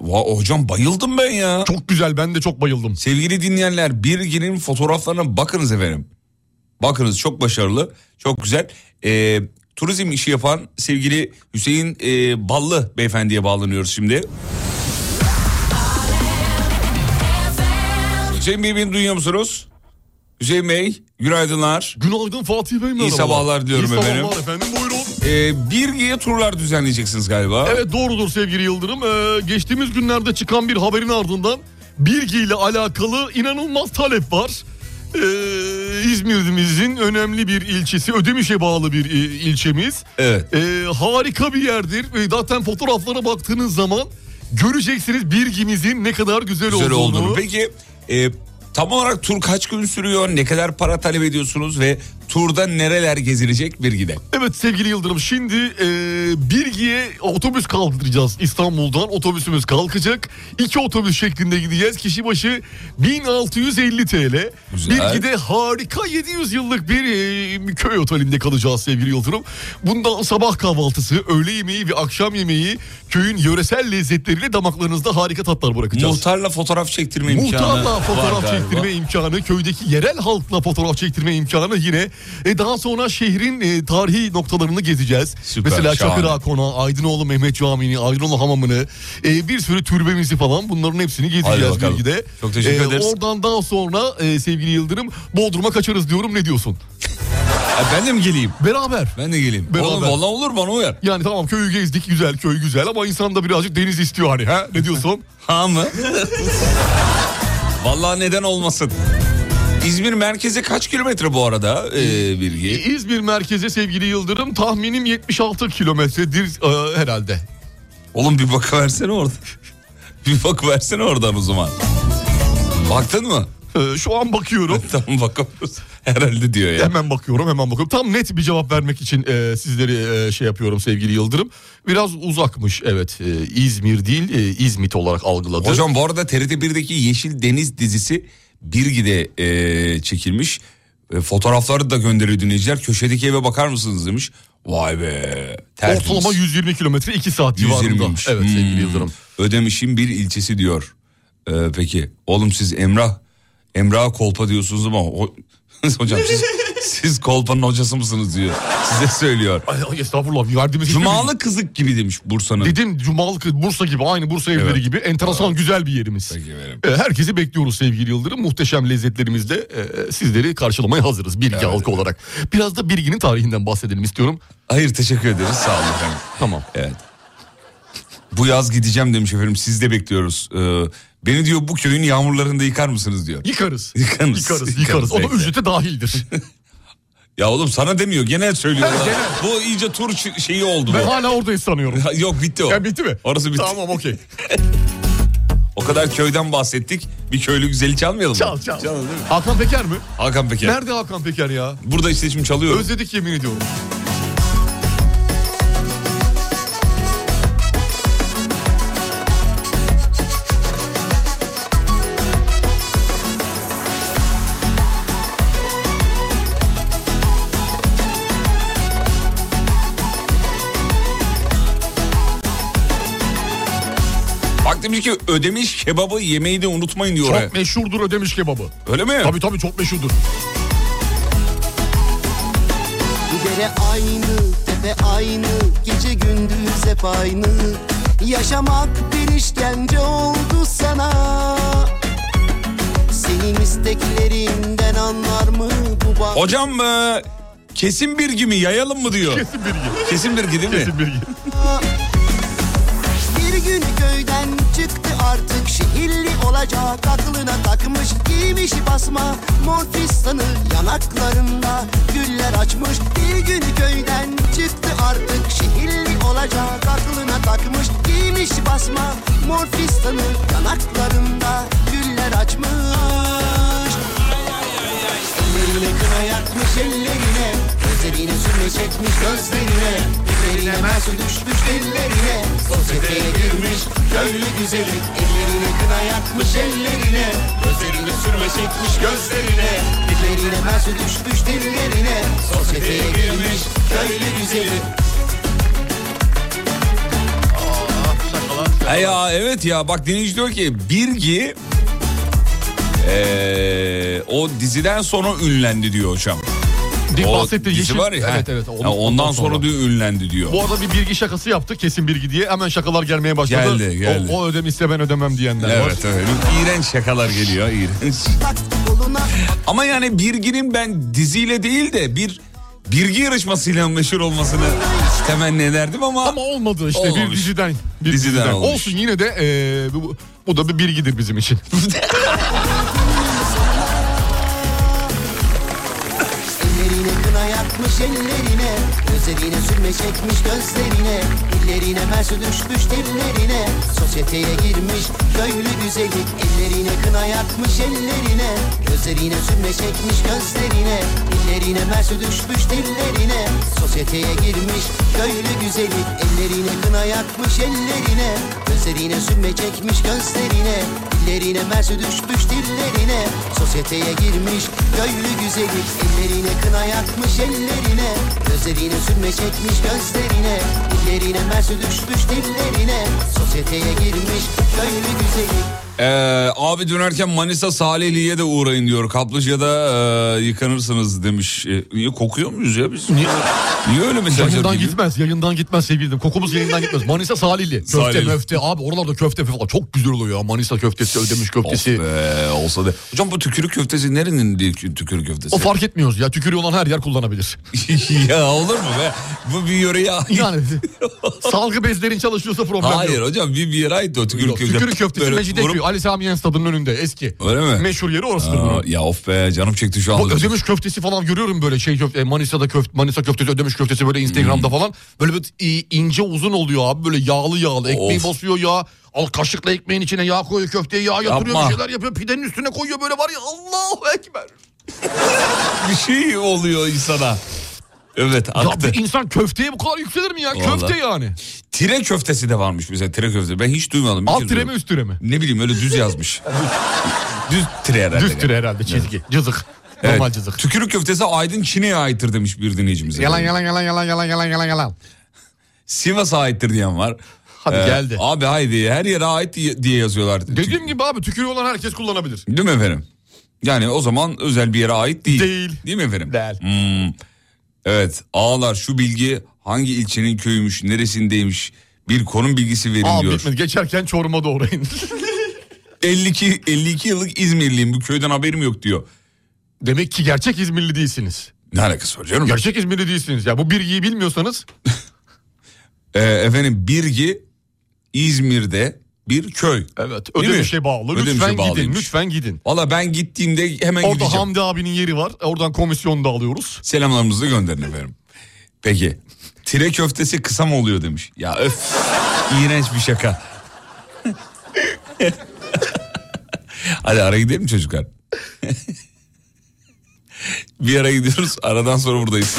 Speaker 4: va- hocam bayıldım ben ya.
Speaker 5: Çok güzel. Ben de çok bayıldım.
Speaker 4: Sevgili dinleyenler Birgi'nin fotoğraflarına bakınız efendim. Bakınız çok başarılı, çok güzel. Ee, turizm işi yapan sevgili Hüseyin e, Ballı beyefendiye bağlanıyoruz şimdi. Hüseyin Bey beni duyuyor musunuz? Hüseyin Bey günaydınlar.
Speaker 5: Günaydın Fatih Bey merhabalar.
Speaker 4: İyi sabahlar diyorum
Speaker 5: İyi
Speaker 4: efendim.
Speaker 5: sabahlar efendim buyurun.
Speaker 4: Ee, Birgi'ye turlar düzenleyeceksiniz galiba.
Speaker 5: Evet doğrudur sevgili Yıldırım. Ee, geçtiğimiz günlerde çıkan bir haberin ardından Birgi ile alakalı inanılmaz talep var. Ee, İzmir'imizin önemli bir ilçesi, Ödemiş'e bağlı bir e, ilçemiz.
Speaker 4: Evet.
Speaker 5: Ee, harika bir yerdir. Ee, zaten fotoğraflara baktığınız zaman göreceksiniz Birgi'mizin ne kadar güzel,
Speaker 4: Güzel
Speaker 5: olduğunu.
Speaker 4: olduğunu. Peki e, tam olarak tur kaç gün sürüyor? Ne kadar para talep ediyorsunuz ve turda nereler gezilecek Birgi'de?
Speaker 5: Evet sevgili Yıldırım şimdi e, Birgi'ye otobüs kaldıracağız İstanbul'dan otobüsümüz kalkacak. İki otobüs şeklinde gideceğiz kişi başı 1650 TL.
Speaker 4: Güzel.
Speaker 5: Birgi'de harika 700 yıllık bir e, köy otelinde kalacağız sevgili Yıldırım. Bundan sabah kahvaltısı, öğle yemeği ve akşam yemeği köyün yöresel lezzetleriyle damaklarınızda harika tatlar bırakacağız.
Speaker 4: Muhtarla fotoğraf çektirme imkanı
Speaker 5: Muhtarla
Speaker 4: var
Speaker 5: fotoğraf
Speaker 4: galiba.
Speaker 5: çektirme imkanı, köydeki yerel halkla fotoğraf çektirme imkanı yine. E, daha sonra şehrin e, tarihi noktalarını gezeceğiz.
Speaker 4: Süper,
Speaker 5: Mesela
Speaker 4: şahane.
Speaker 5: Çakır Kona, Aydınoğlu Mehmet Camii'ni, Aydınoğlu Hamamı'nı, e, bir sürü türbemizi falan bunların hepsini
Speaker 4: Hadi
Speaker 5: gezeceğiz
Speaker 4: bakalım.
Speaker 5: bilgide. E,
Speaker 4: Çok teşekkür ederiz.
Speaker 5: Oradan daha sonra e, sevgili Yıldırım Bodrum'a kaçarız diyorum ne diyorsun?
Speaker 4: E, ben de mi geleyim?
Speaker 5: Beraber.
Speaker 4: Ben de geleyim.
Speaker 5: Beraber.
Speaker 4: Oğlum valla olur bana uyar.
Speaker 5: Yani tamam köyü gezdik güzel köy güzel ama insan da birazcık deniz istiyor hani ha ne diyorsun?
Speaker 4: Ha mı? valla neden olmasın? İzmir merkeze kaç kilometre bu arada e, Birgi?
Speaker 5: İzmir merkeze sevgili Yıldırım tahminim 76 kilometredir e, herhalde.
Speaker 4: Oğlum bir bakıversene orada. bir bakıversene oradan o zaman. Baktın mı?
Speaker 5: Ee, Şu an bakıyorum.
Speaker 4: tamam bakıyoruz. Herhalde diyor ya.
Speaker 5: Hemen bakıyorum hemen bakıyorum. Tam net bir cevap vermek için e, sizleri e, şey yapıyorum sevgili Yıldırım. Biraz uzakmış evet e, İzmir değil e, İzmit olarak algıladı.
Speaker 4: Hocam bu arada TRT 1'deki Yeşil Deniz dizisi Birgi'de e, çekilmiş. E, fotoğrafları da gönderiyor dinleyiciler. Köşedeki eve bakar mısınız demiş. Vay be. tertemiz.
Speaker 5: Ortalama 120 kilometre 2 saat civarında.
Speaker 4: 120'ymiş.
Speaker 5: Evet
Speaker 4: Hmm.
Speaker 5: sevgili Yıldırım.
Speaker 4: Ödemiş'in bir ilçesi diyor. E, peki oğlum siz Emrah Emrah Kolpa diyorsunuz ama o- hocam siz, siz Kolpa'nın hocası mısınız diyor. Size söylüyor.
Speaker 5: Ay, ay, estağfurullah verdiğimiz hiçbir bilgi-
Speaker 4: Cumalı kızık gibi demiş Bursa'nın.
Speaker 5: Dedim Cumalı kız, Bursa gibi aynı Bursa evleri
Speaker 4: Evet.
Speaker 5: gibi enteresan güzel bir yerimiz.
Speaker 4: Peki efendim.
Speaker 5: E, Herkesi bekliyoruz sevgili Yıldırım. Muhteşem lezzetlerimizle e, sizleri karşılamaya hazırız bilgi halkı olarak. Biraz da bilginin tarihinden bahsedelim istiyorum.
Speaker 4: Hayır teşekkür ederiz sağ olun efendim.
Speaker 5: Tamam.
Speaker 4: Evet. Bu yaz gideceğim demiş efendim. Siz de bekliyoruz. Ee, beni diyor bu köyün yağmurlarında yıkar mısınız diyor.
Speaker 5: Yıkarız.
Speaker 4: Yıkarız.
Speaker 5: Yıkarız. Yıkarız. O da
Speaker 4: Bekle.
Speaker 5: ücrete dahildir.
Speaker 4: Ya oğlum sana demiyor. Genel söylüyorlar. Bu iyice tur ş- şeyi oldu
Speaker 5: ben
Speaker 4: bu.
Speaker 5: hala oradayız sanıyorum.
Speaker 4: Ha, Yok bitti o.
Speaker 5: Ya bitti mi?
Speaker 4: Orası bitti.
Speaker 5: Tamam okey.
Speaker 4: O kadar köyden bahsettik. Bir köylü güzeli çalmayalım mı?
Speaker 5: Çal çal. Hakan Peker mi?
Speaker 4: Hakan Peker.
Speaker 5: Nerede Hakan Peker ya?
Speaker 4: Burada işte şimdi çalıyorum.
Speaker 5: Özledik yemin ediyorum.
Speaker 4: Bak demiş ki ödemiş kebabı yemeyi de unutmayın diyor. oraya.
Speaker 5: Çok meşhurdur ödemiş kebabı.
Speaker 4: Öyle mi?
Speaker 5: Tabii tabii çok meşhurdur.
Speaker 10: Bu dere aynı, tepe aynı, gece gündüz hep aynı. Yaşamak bir işkence oldu sana. Senin isteklerinden anlar mı bu bak?
Speaker 4: Hocam e, kesin bir gibi yayalım mı diyor.
Speaker 5: Kesin bilgi.
Speaker 4: Kesin bir gibi değil mi?
Speaker 5: Kesin bilgi.
Speaker 10: Bir gün köyden çıktı artık şehirli olacak aklına takmış giymiş basma mor fistanı yanaklarında güller açmış bir gün köyden çıktı artık şehirli olacak aklına takmış giymiş basma mor fistanı yanaklarında güller açmış Ellerine kına yakmış ellerine Gözlerine sürme çekmiş gözlerine Ellerine mersi düşmüş ellerine Sosyeteye girmiş köylü güzeli Ellerine kına yakmış ellerine Gözlerine sürme çekmiş gözlerine Ellerine mersi düşmüş dillerine Sosyeteye girmiş köylü güzeli
Speaker 4: E ya evet ya bak dinleyici diyor ki Birgi e, eee, o diziden sonra ünlendi diyor hocam.
Speaker 5: Dik
Speaker 4: O
Speaker 5: bahsettiği
Speaker 4: dizi
Speaker 5: yeşil-
Speaker 4: var ya.
Speaker 5: Evet,
Speaker 4: he.
Speaker 5: evet, onun-
Speaker 4: Ha, ondan
Speaker 5: ondan
Speaker 4: sonra,
Speaker 5: sonra.
Speaker 4: diyor ünlendi diyor.
Speaker 5: Bu arada bir bilgi şakası yaptı kesin bilgi diye. Hemen şakalar gelmeye başladı.
Speaker 4: Geldi, geldi.
Speaker 5: O, o ödem iste ben ödemem diyenler var.
Speaker 4: Evet evet. İğrenç şakalar geliyor iğrenç. Ama yani Birgi'nin ben diziyle değil de bir Birgi yarışmasıyla meşhur olmasını temenni ederdim ama...
Speaker 5: Ama olmadı işte bir
Speaker 4: Olmamış.
Speaker 5: diziden. Bir
Speaker 4: Diziden olmuş.
Speaker 5: Olsun yine de eee, bu, bu da bir bilgidir bizim için.
Speaker 10: Ellerine kına yakmış ellerine Gözlerine sürme çekmiş gözlerine Dillerine mersi düşmüş dillerine Sosyeteye girmiş köylü güzeli Ellerine kına yakmış ellerine Gözlerine sürme çekmiş gözlerine Dillerine mersi düşmüş dillerine Sosyeteye girmiş köylü güzeli Ellerine kına yakmış ellerine Gözlerine sürme çekmiş gözlerine Dillerine mersi düşmüş dillerine Sosyeteye girmiş köylü güzeli Ellerine kına yakmış ellerine Gözlerine sürme çekmiş gözlerine Dillerine mersi düşmüş dillerine Sosyeteye girmiş köylü güzeli
Speaker 4: Ee, abi dönerken Manisa Salihli'ye de uğrayın diyor. Kaplıca'da e, yıkanırsınız demiş. E, niye kokuyor muyuz ya biz? Niye, niye öyle mesajlar
Speaker 5: yayından
Speaker 4: geliyor?
Speaker 5: gitmez, yayından gitmez sevgilim. Kokumuz yayından gitmez. Manisa Salihli. Köfte
Speaker 4: Salihli.
Speaker 5: möfte. Abi oralarda köfte falan çok güzel oluyor ya. Manisa köftesi, ödemiş köftesi.
Speaker 4: Of be, olsa da. Hocam bu tükürük köftesi nerenin değil ki tükürük köftesi?
Speaker 5: O fark etmiyoruz ya. Tükürüğü olan her yer kullanabilir.
Speaker 4: ya olur mu be? Bu bir yöreye ait.
Speaker 5: Yani salgı bezlerin çalışıyorsa problem
Speaker 4: Hayır
Speaker 5: yok.
Speaker 4: hocam bir bir yere ait o tükürük
Speaker 5: Yok,
Speaker 4: köftesi.
Speaker 5: Tükürük köftesi
Speaker 4: Böyle
Speaker 5: Mecidiyeköy.
Speaker 4: vurup-
Speaker 5: Ali Sami Yen Stadının önünde eski.
Speaker 4: Öyle mi?
Speaker 5: Meşhur yeri orasıdır
Speaker 4: Aa,
Speaker 5: bunun.
Speaker 4: ya of be canım çekti şu
Speaker 5: Bu
Speaker 4: anda.
Speaker 5: ödemiş köftesi falan görüyorum böyle şey köfte Manisa'da köfte Manisa köftesi ödemiş köftesi böyle Instagram'da
Speaker 4: Hmm.
Speaker 5: falan böyle bir i- ince uzun oluyor abi böyle yağlı yağlı ekmeği
Speaker 4: Of.
Speaker 5: basıyor ya al kaşıkla ekmeğin içine yağ koyuyor köfteye yağ yatırıyor
Speaker 4: Yapma.
Speaker 5: bir şeyler yapıyor pidenin üstüne koyuyor böyle var ya Allahu ekber.
Speaker 4: Bir şey oluyor insana. Evet
Speaker 5: Ya
Speaker 4: aktı.
Speaker 5: bir insan köfteye bu kadar yükselir mi ya
Speaker 4: Vallahi.
Speaker 5: köfte yani.
Speaker 4: Tire köftesi de varmış bize tire köftesi. Ben hiç duymadım. bir
Speaker 5: Alt
Speaker 4: kez
Speaker 5: tire mi
Speaker 4: duymadım.
Speaker 5: üst tire mi?
Speaker 4: Ne bileyim öyle düz yazmış. düz tire herhalde.
Speaker 5: Düz tire herhalde çizgi cızık
Speaker 4: Evet.
Speaker 5: normal cızık.
Speaker 4: Tükürük köftesi Aydın Çin'e aittir demiş bir dinleyicimiz.
Speaker 5: Yalan yalan yalan yalan yalan yalan yalan yalan.
Speaker 4: Sivas'a aittir diyen var. Ee,
Speaker 5: Hadi geldi.
Speaker 4: Abi haydi her yere ait diye diye yazıyorlar.
Speaker 5: Dediğim gibi abi tükürüğü olan herkes kullanabilir.
Speaker 4: Değil mi efendim? Yani o zaman özel bir yere ait değil.
Speaker 5: Değil.
Speaker 4: Değil mi efendim?
Speaker 5: Değil.
Speaker 4: Hmm. Evet ağalar şu bilgi hangi ilçenin köyüymüş neresindeymiş bir konum bilgisi verin
Speaker 5: Aa
Speaker 4: diyor.
Speaker 5: bitmedi geçerken Çorum'a doğru in.
Speaker 4: 52 52 yıllık İzmirliyim bu köyden haberim yok diyor.
Speaker 5: Demek ki gerçek İzmirli değilsiniz.
Speaker 4: Ne alakası var canım?
Speaker 5: Gerçek İzmirli değilsiniz ya. Bu bilgiyi bilmiyorsanız
Speaker 4: Ee, efendim Birgi İzmir'de bir köy.
Speaker 5: evet
Speaker 4: Değil mi?
Speaker 5: ödemişe bağlı.
Speaker 4: Ödemiş'e
Speaker 5: lütfen gidin.
Speaker 4: bağlıymış. Valla
Speaker 5: Lütfen gidin.
Speaker 4: ben gittiğimde hemen
Speaker 5: Orada
Speaker 4: gideceğim.
Speaker 5: Hamdi abinin yeri var. Oradan komisyon da alıyoruz.
Speaker 4: Selamlarımızı gönderin efendim. Peki. Tire köftesi kısa mı oluyor demiş. Ya öf. iğrenç bir şaka. Hadi ara gidelim mi çocuklar. bir ara gidiyoruz. Aradan sonra buradayız.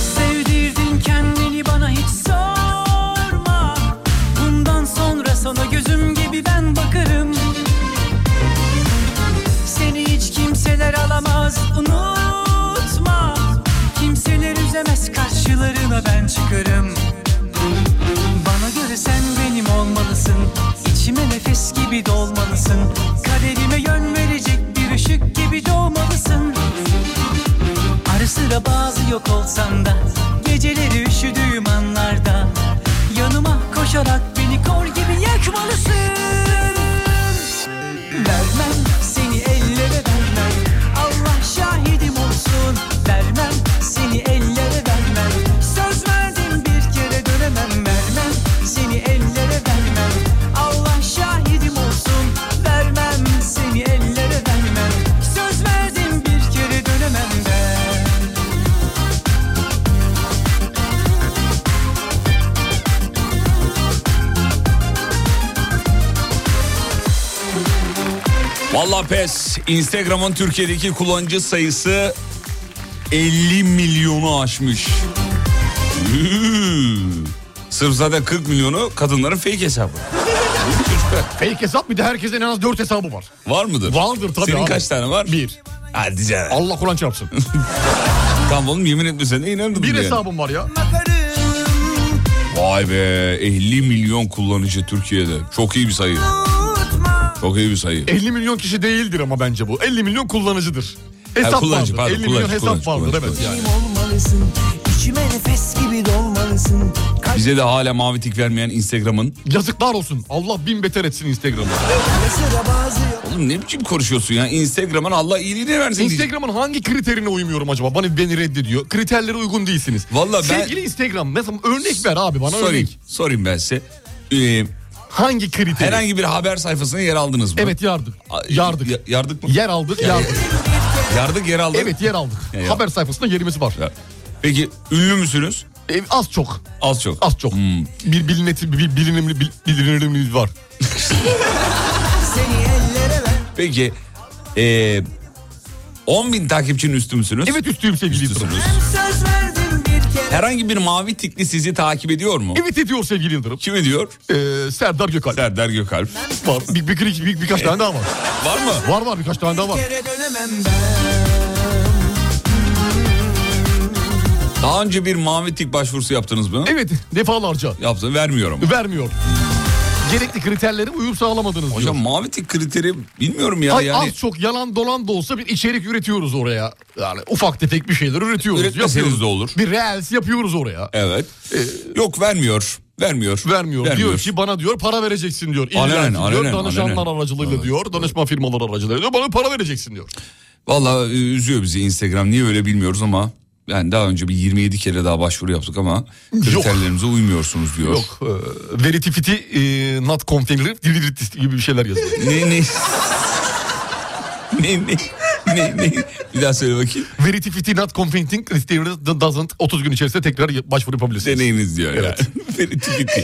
Speaker 2: Sevdirdin kendini bana hiç sorma Bundan sonra sana gözüm gibi ben bakarım Seni hiç kimseler alamaz unutma Kimseler üzemez karşılarına ben çıkarım Bana göre sen benim olmalısın İçime nefes gibi dolmalısın Kaderime yön verecek bir ışık gibi doğmalısın Ara sıra bazı yok olsam da Geceleri üşüdüğüm anlarda Yanıma koşarak beni kor gibi yakmalısın Vermem seni ellere vermem Allah şahidim olsun Vermem seni ellere vermem Söz verdim bir kere dönemem Vermem seni ellere vermem Allah şahidim
Speaker 4: Valla pes. Instagram'ın Türkiye'deki kullanıcı sayısı 50 milyonu aşmış. Üü. Sırf zaten 40 milyonu kadınların fake hesabı.
Speaker 5: Fake hesap bir de herkesin en az 4 hesabı var.
Speaker 4: Var mıdır?
Speaker 5: Vardır tabii
Speaker 4: Senin
Speaker 5: abi.
Speaker 4: kaç tane var?
Speaker 5: Bir.
Speaker 4: Hadi canım.
Speaker 5: Allah Kur'an çarpsın.
Speaker 4: Tamam oğlum yemin etmesene de inandım.
Speaker 5: bir
Speaker 4: yani.
Speaker 5: hesabım var ya.
Speaker 4: Vay be 50 milyon kullanıcı Türkiye'de. Çok iyi bir sayı. Çok iyi bir sayı.
Speaker 5: 50 milyon kişi değildir ama bence bu. 50 milyon kullanıcıdır.
Speaker 4: Ha,
Speaker 5: Hesap vardır.
Speaker 4: kullanıcı, pardon,
Speaker 5: 50 milyon
Speaker 4: kullanıcı,
Speaker 5: hesap
Speaker 4: kullanıcı,
Speaker 5: vardır
Speaker 4: kullanıcı,
Speaker 5: evet yani.
Speaker 4: kullanıcı.
Speaker 11: olmalısın İçime nefes gibi dolmalısın
Speaker 4: Bize de hala mavi tik vermeyen Instagram'ın.
Speaker 5: Yazıklar olsun. Allah bin beter etsin Instagram'ı.
Speaker 11: Mesela bazı yok
Speaker 4: Oğlum ne biçim konuşuyorsun ya? Instagram'ın Allah iyiliğini versin. diyecek.
Speaker 5: Instagram'ın hangi kriterine uymuyorum acaba? Bana beni reddediyor. Kriterlere uygun değilsiniz.
Speaker 4: Vallahi ben-
Speaker 5: Sevgili Instagram mesela örnek ver abi bana
Speaker 4: sorayım,
Speaker 5: örnek.
Speaker 4: sorayım ben size. Ee,
Speaker 5: Hangi kriter?
Speaker 4: herhangi bir haber sayfasına yer aldınız mı?
Speaker 5: Evet yardık.
Speaker 4: A-
Speaker 5: Yardık.
Speaker 4: Ya- yardık mı?
Speaker 5: Yer aldık, yardık.
Speaker 4: Yardık yer aldık.
Speaker 5: Evet yer aldık.
Speaker 4: Ya, ya.
Speaker 5: Haber sayfasında yerimiz var.
Speaker 4: Ya. Peki ünlü müsünüz?
Speaker 5: E, az çok,
Speaker 4: Az çok.
Speaker 5: az çok.
Speaker 4: Hmm.
Speaker 5: Bir bilineti, bir bilinimli, bil- bilinirimiz var.
Speaker 11: seni ellere ver
Speaker 4: Peki ee, 10 bin takipçinin üstü müsünüz?
Speaker 5: Evet üstüyüm sevgili Yıldırım.
Speaker 4: Üstüsünüz.
Speaker 11: Söz verdim bir kere
Speaker 4: Herhangi bir mavi tikli sizi takip ediyor mu?
Speaker 5: Evet ediyor sevgili Yıldırım.
Speaker 4: Kim ediyor?
Speaker 5: Ee, Serdar Gökalp
Speaker 4: Serdar Gökalp.
Speaker 5: var. Bir, bir, bir, bir- birkaç tane daha var.
Speaker 4: Var mı?
Speaker 5: Var var birkaç tane daha var.
Speaker 11: Geri dönemem ben
Speaker 4: Daha önce bir mavi tik başvurusu yaptınız mı?
Speaker 5: Evet defalarca.
Speaker 4: Yaptım vermiyorum.
Speaker 5: Vermiyor. Gerekli kriterlere uyum sağlamadınız diyor.
Speaker 4: Hocam mavi tik kriteri bilmiyorum ya
Speaker 5: Ay,
Speaker 4: yani.
Speaker 5: Az çok yalan dolan da olsa bir içerik üretiyoruz oraya. Yani ufak tefek bir şeyler üretiyoruz.
Speaker 4: Üretmeseniz
Speaker 5: yapıyoruz.
Speaker 4: de olur.
Speaker 5: Bir reels yapıyoruz oraya.
Speaker 4: Evet. Yok vermiyor. Vermiyor.
Speaker 5: Ee, Vermiyor. Diyor ki bana diyor para vereceksin diyor. İlla
Speaker 4: Alenen,
Speaker 5: ki diyor.
Speaker 4: alenen,
Speaker 5: danışanlar
Speaker 4: alenen.
Speaker 5: aracılığıyla
Speaker 4: Evet,
Speaker 5: diyor. Danışma firmaları aracılığıyla diyor. Bana para vereceksin diyor.
Speaker 4: Vallahi e, üzüyor bizi Instagram. Niye öyle bilmiyoruz ama yani daha önce bir 27 kere daha başvuru yaptık ama kriterlerimize uymuyorsunuz diyor.
Speaker 5: Yok. E, veritifity e, not configured gibi bir şeyler yazıyor.
Speaker 4: Ne ne? ne ne? Ne ne? Bir daha söyle bakayım.
Speaker 5: veritifity not configured doesn't 30 gün içerisinde tekrar başvuru yapabilirsiniz.
Speaker 4: Deneyiniz diyor
Speaker 5: Evet.
Speaker 4: ya. Veritivity.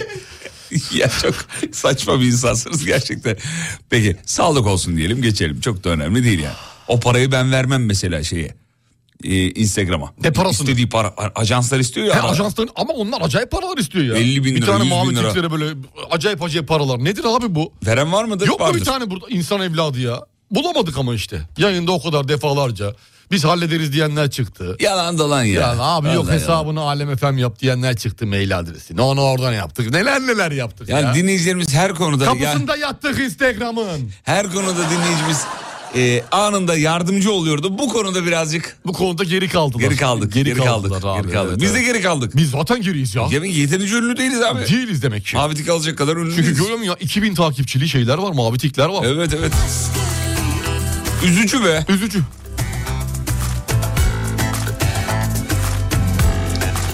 Speaker 4: ya çok saçma bir insansınız gerçekten. Peki sağlık olsun diyelim geçelim. Çok da önemli değil yani. O parayı ben vermem mesela şeye. Ee, Instagram'a.
Speaker 5: Ne parasını?
Speaker 4: İstediği para. a- Ajanslar istiyor ya.
Speaker 5: He,
Speaker 4: ara-
Speaker 5: E, ajansların ama onlar acayip paralar istiyor ya.
Speaker 4: 50 bin
Speaker 5: bir
Speaker 4: lira,
Speaker 5: tane
Speaker 4: 100 bin
Speaker 5: mavi
Speaker 4: lira.
Speaker 5: tiplere böyle acayip acayip paralar. Nedir abi bu?
Speaker 4: Veren var mıdır?
Speaker 5: Yok mu
Speaker 4: Vardır.
Speaker 5: bir tane burada insan evladı ya? Bulamadık ama işte. Yayında o kadar defalarca. Biz hallederiz diyenler çıktı.
Speaker 4: Yalan dolan ya.
Speaker 5: Yani abi yok
Speaker 4: Vallahi
Speaker 5: hesabını Alem Efem yap diyenler çıktı mail adresini. Onu oradan yaptık. Neler neler yaptık
Speaker 4: yalan. Yani
Speaker 5: ya.
Speaker 4: dinleyicilerimiz her konuda yani
Speaker 5: Kapısında yattık Instagram'ın.
Speaker 4: her konuda dinleyicimiz e, anında yardımcı oluyordu. Bu konuda birazcık
Speaker 5: Bu konuda geri kaldılar.
Speaker 4: geri kaldık. Geri, kaldık.
Speaker 5: kaldılar abi,
Speaker 4: geri kaldık.
Speaker 5: evet,
Speaker 4: Biz de
Speaker 5: evet.
Speaker 4: geri kaldık.
Speaker 5: Biz zaten geriyiz ya.
Speaker 4: Yemin yeterince ünlü değiliz abi.
Speaker 5: Değiliz demek ki.
Speaker 4: Mavi tik alacak kadar ünlü
Speaker 5: Çünkü
Speaker 4: değiliz.
Speaker 5: görüyor musun ya 2000 takipçili şeyler var mavi tikler var.
Speaker 4: Evet evet. Üzücü be.
Speaker 5: Üzücü.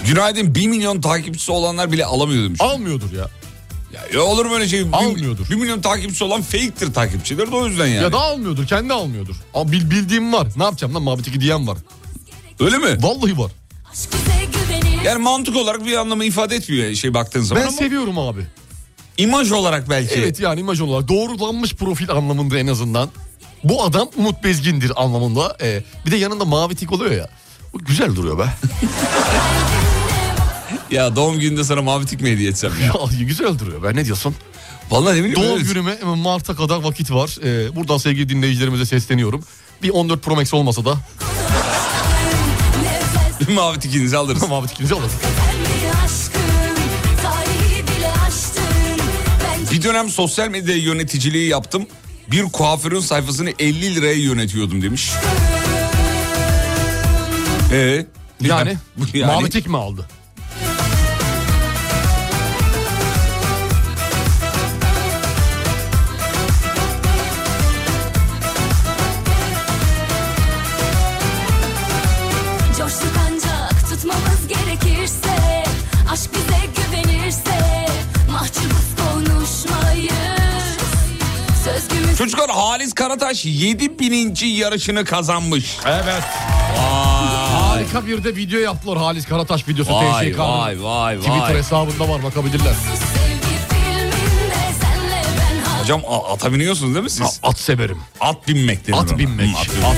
Speaker 4: Günaydın 1 milyon takipçisi olanlar bile alamıyor demiş.
Speaker 5: Almıyordur ya.
Speaker 4: Ya, ya olur mu öyle şey? Bir-
Speaker 5: Almıyordur.
Speaker 4: 1 milyon takipçisi olan fake'tir takipçiler de o yüzden yani.
Speaker 5: Ya da almıyordur kendi almıyordur. Ama bil- bildiğim var. Ne yapacağım lan mavi tiki diyen var.
Speaker 4: Öyle mi?
Speaker 5: Vallahi var.
Speaker 9: Aşk bize güvenir.
Speaker 4: Yani mantık olarak bir anlamı ifade etmiyor yani şey baktığın zaman
Speaker 5: Ben
Speaker 4: ama
Speaker 5: seviyorum abi.
Speaker 4: imaj olarak belki.
Speaker 5: Evet yani imaj olarak doğrulanmış profil anlamında en azından. Bu adam Umut Bezgin'dir anlamında. Ee, bir de yanında mavi tik oluyor ya. O güzel duruyor be.
Speaker 4: Ya doğum gününde sana mavi tik mi hediye etsem ya?
Speaker 5: ya, güzel duruyor be ne diyorsun?
Speaker 4: Vallahi ne bileyim.
Speaker 5: Doğum
Speaker 4: öyle-
Speaker 5: günüme Mart'a kadar vakit var. Ee, buradan sevgili dinleyicilerimize sesleniyorum. Bir 14 Pro Max olmasa da
Speaker 9: Nefes
Speaker 4: mavi tikinizi alırız.
Speaker 5: mavi tikinizi alırız.
Speaker 9: efendi aşkım. Tarihi bile aştın. Ben
Speaker 4: Bir dönem sosyal medya yöneticiliği yaptım. Bir kuaförün sayfasını 50 liraya yönetiyordum demiş. Ee,
Speaker 5: Yani,
Speaker 4: yani
Speaker 5: mavi tik mi aldı?
Speaker 9: coştuk ancak tutmamız gerekirse. Aşk bize güvenirse. Mahcubuz konuşmayız. Sözgümüz
Speaker 4: Çocuklar Halis Karataş 7000. yarışını kazanmış.
Speaker 5: Evet. Harika bir de video yaptılar Halis Karataş videosu.
Speaker 4: Vay
Speaker 5: TŞK'nın
Speaker 4: vay vay
Speaker 5: Twitter
Speaker 4: vay.
Speaker 5: hesabında var bakabilirler.
Speaker 9: sevgi filminde senle ben
Speaker 4: Hocam a- ata biniyorsunuz değil mi siz? at severim. At binmek denir
Speaker 5: At
Speaker 4: ona.
Speaker 5: binmek.
Speaker 4: Hı, At, at.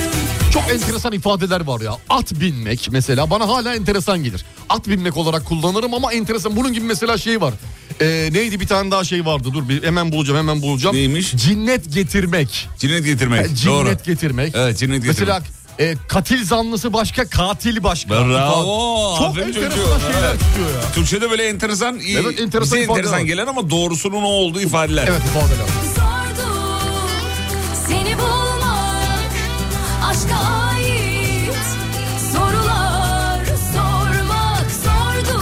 Speaker 5: Çok enteresan ifadeler var ya. At binmek mesela bana hala enteresan gelir. At binmek olarak kullanırım ama enteresan. Bunun gibi mesela şey var. Ee, neydi bir tane daha şey vardı. Dur bir hemen bulacağım hemen bulacağım. Neymiş? Cinnet getirmek.
Speaker 4: Cinnet getirmek.
Speaker 5: Cinnet
Speaker 4: Doğru.
Speaker 5: getirmek.
Speaker 4: Evet, cinnet getirmek.
Speaker 5: Mesela e, katil zanlısı başka katil başka.
Speaker 4: Bravo.
Speaker 5: Çok
Speaker 4: aferin
Speaker 5: enteresan
Speaker 4: çocuğum.
Speaker 5: şeyler
Speaker 4: Evet.
Speaker 5: çıkıyor ya.
Speaker 4: Türkçe'de böyle enteresan, iyi-
Speaker 5: Evet, enteresan
Speaker 4: bize
Speaker 5: ifadeler var.
Speaker 4: enteresan gelen ama doğrusunun o olduğu ifadeler.
Speaker 5: Evet ifadeler.
Speaker 9: Zordu seni bulmak Aşka ait sorular sormak zordu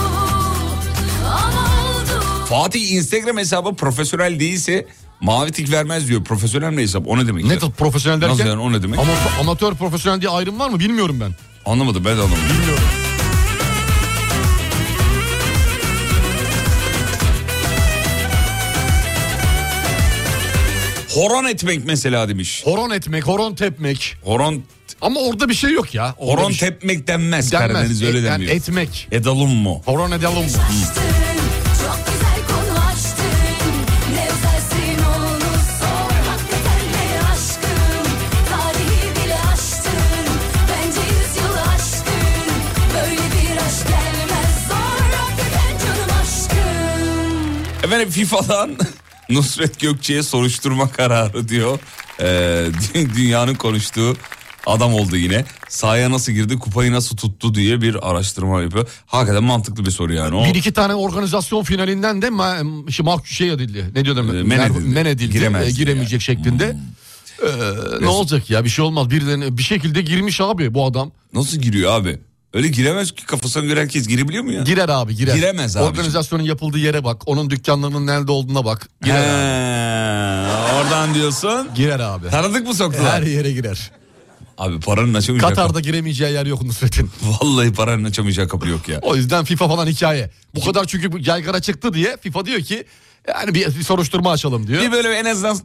Speaker 9: Ama oldu
Speaker 4: Fatih Instagram hesabı profesyonel değilse mavi tik vermez diyor. Profesyonel mi hesap? O ne demek? Ne
Speaker 5: profesyonel derken?
Speaker 4: Nasıl yani o ne demek?
Speaker 5: Ama amatör profesyonel diye ayrım var mı bilmiyorum ben.
Speaker 4: Anlamadım ben de anlamadım. Horon etmek mesela demiş.
Speaker 5: Horon etmek, horon tepmek.
Speaker 4: Horon
Speaker 5: Ama orada bir şey yok ya. Orada
Speaker 4: horon
Speaker 5: bir şey-
Speaker 4: tepmek denmez,
Speaker 5: Denmez.
Speaker 4: Karadeniz öyle
Speaker 5: E- yani
Speaker 4: demiyor.
Speaker 5: etmek.
Speaker 4: Edalım mu?
Speaker 5: Horon edalım mu?
Speaker 9: Çok güzel konu açtın Ne özelsin onu sor Hakikaten ne aşkım Tarihi bile aştın Bence yüzyılı aşkın Böyle bir aşk gelmez zor Hakikaten canım aşkım
Speaker 4: Efendim FIFA'dan Nusret Gökçe'ye soruşturma kararı diyor. Ee, dü- dünyanın konuştuğu adam oldu yine. Sahaya nasıl girdi, kupayı nasıl tuttu diye bir araştırma yapıyor. Hakikaten mantıklı bir soru yani. O
Speaker 5: Bir iki tane organizasyon finalinden de ma- şey, mahkum şey edildi. Ne diyorlar?
Speaker 4: E, men
Speaker 5: Mer-
Speaker 4: edildi.
Speaker 5: men edildi.
Speaker 4: Giremez Hmm.
Speaker 5: E, giremeyecek şeklinde. Ee, ne olacak ya bir şey olmaz. Birilerine bir şekilde girmiş abi bu adam.
Speaker 4: nasıl giriyor abi? Öyle giremez ki kafasına göre herkes girebiliyor mu ya?
Speaker 5: Girer abi girer.
Speaker 4: Giremez abi.
Speaker 5: Organizasyonun yapıldığı yere bak. Onun dükkanlarının nerede olduğuna bak. Girer
Speaker 4: He,
Speaker 5: abi.
Speaker 4: oradan diyorsun.
Speaker 5: Girer abi.
Speaker 4: Tanıdık mı soktular?
Speaker 5: Her yere girer.
Speaker 4: Abi paranın açamayacağı
Speaker 5: Katar'da giremeyeceği yer yok Nusret'in.
Speaker 4: kapı- Vallahi paranın açamayacağı kapı yok ya.
Speaker 5: O yüzden FIFA falan hikaye. Bu kadar çünkü bu yaygara çıktı diye FIFA diyor ki yani bir, bir soruşturma açalım diyor.
Speaker 4: Bir böyle en azından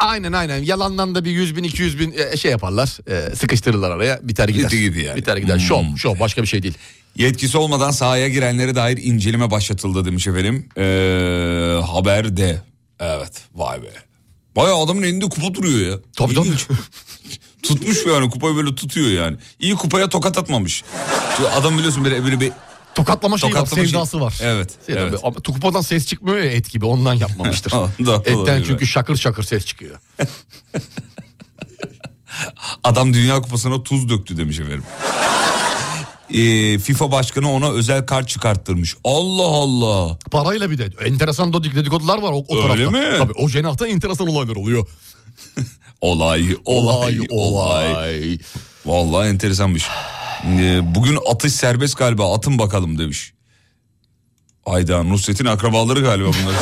Speaker 5: Aynen aynen yalandan da bir 100 bin 200 bin e, şey yaparlar e, sıkıştırırlar araya biter gider.
Speaker 4: Bitti gidiyor yani. Hmm.
Speaker 5: Biter gider şov şov başka bir şey değil.
Speaker 4: Yetkisi olmadan sahaya girenlere dair inceleme başlatıldı demiş efendim. Ee, haberde. Evet vay be. Bayağı adamın elinde kupa duruyor ya. Tabii tabii. Tutmuş yani kupayı böyle tutuyor yani. İyi kupaya tokat atmamış. Çünkü adam biliyorsun böyle, böyle bir...
Speaker 5: Tokatlama şeyi var, sevdası var.
Speaker 4: Evet.
Speaker 5: Şey
Speaker 4: evet.
Speaker 5: tabii, ama Tukupadan ses çıkmıyor ya et gibi ondan yapmamıştır.
Speaker 4: Doğru,
Speaker 5: Etten
Speaker 4: olabilir.
Speaker 5: çünkü şakır şakır ses çıkıyor.
Speaker 4: Adam Dünya Kupası'na tuz döktü demiş efendim. Ee, FIFA başkanı ona özel kart çıkarttırmış. Allah Allah.
Speaker 5: Parayla bir de enteresan dodik- dedikodular var o, o
Speaker 4: Öyle
Speaker 5: tarafta.
Speaker 4: mi?
Speaker 5: Tabii o cenahta enteresan olaylar oluyor.
Speaker 4: Olay, olay,
Speaker 5: Olay,
Speaker 4: olay. Vallahi enteresanmış. Ee, bugün atış serbest galiba atın bakalım demiş. Ayda Nusret'in akrabaları galiba bunlar.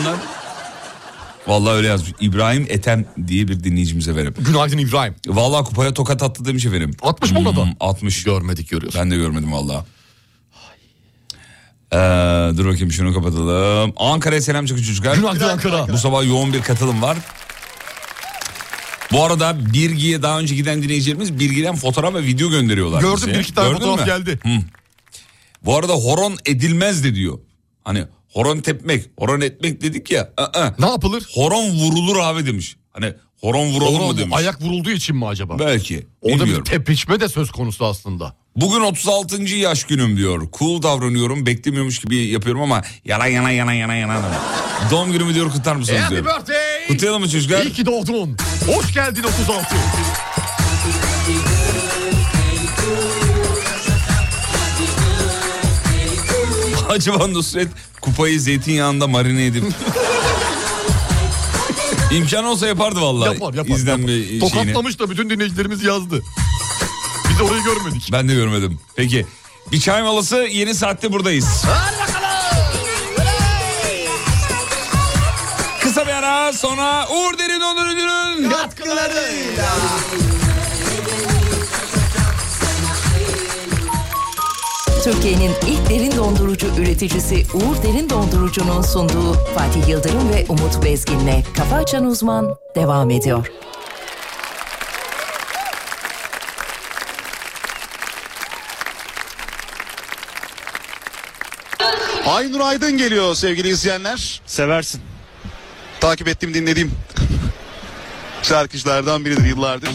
Speaker 4: bunlar. Vallahi öyle yazmış. İbrahim Etem diye bir dinleyicimize verim.
Speaker 5: Günaydın İbrahim.
Speaker 4: Vallahi kupaya tokat attı demiş efendim. Hmm,
Speaker 5: 60 mı da?
Speaker 4: 60.
Speaker 5: Görmedik görüyorsun.
Speaker 4: Ben de görmedim vallahi. Ee, dur bakayım şunu kapatalım. Ankara'ya selam çıkın çocuklar.
Speaker 5: Günaydın Ankara.
Speaker 4: Bu sabah yoğun bir katılım var. Bu arada Birgi'ye daha önce giden dinleyicilerimiz Birgi'den fotoğraf ve video gönderiyorlar.
Speaker 5: Gördüm,
Speaker 4: bize.
Speaker 5: bir iki tane
Speaker 4: Gördün
Speaker 5: fotoğraf
Speaker 4: mü?
Speaker 5: geldi.
Speaker 4: Hı. Bu arada horon edilmez de diyor. Hani horon tepmek, horon etmek dedik ya. ı-ı.
Speaker 5: Ne yapılır?
Speaker 4: Horon vurulur abi demiş. Hani horon vurulur
Speaker 5: Oğlum,
Speaker 4: mu demiş.
Speaker 5: Ayak vurulduğu için mi acaba?
Speaker 4: Belki.
Speaker 5: Orada
Speaker 4: bilmiyorum.
Speaker 5: bir tepişme de söz konusu aslında.
Speaker 4: Bugün 36. yaş günüm diyor. Cool davranıyorum, beklemiyormuş gibi yapıyorum ama yalan yalan yalan yalan yalan. Doğum günümü diyor kutlar mısınız
Speaker 5: Happy
Speaker 4: diyor.
Speaker 5: birthday!
Speaker 4: Kutlayalım mı çocuklar?
Speaker 5: İyi ki doğdun. Hoş geldin 36.
Speaker 4: Acaba Nusret kupayı zeytinyağında marine edip... İmkan olsa yapardı vallahi.
Speaker 5: Yapar, yapar,
Speaker 4: İzlenme şeyini.
Speaker 5: Tokatlamış da bütün dinleyicilerimiz yazdı. Biz orayı görmedik.
Speaker 4: Ben de görmedim. Peki. Bir çay molası yeni saatte buradayız. Kısa bir ara sonra Uğur Derin Onur Ödül'ün
Speaker 11: Katkılarıyla.
Speaker 12: Türkiye'nin ilk derin dondurucu üreticisi Uğur Derin Dondurucu'nun sunduğu Fatih Yıldırım ve Umut Bezgin'le Kafa Açan Uzman devam ediyor.
Speaker 13: Aynur Aydın geliyor sevgili izleyenler. Seversin. takip ettiğim dinlediğim şarkıcılardan biridir yıllardır.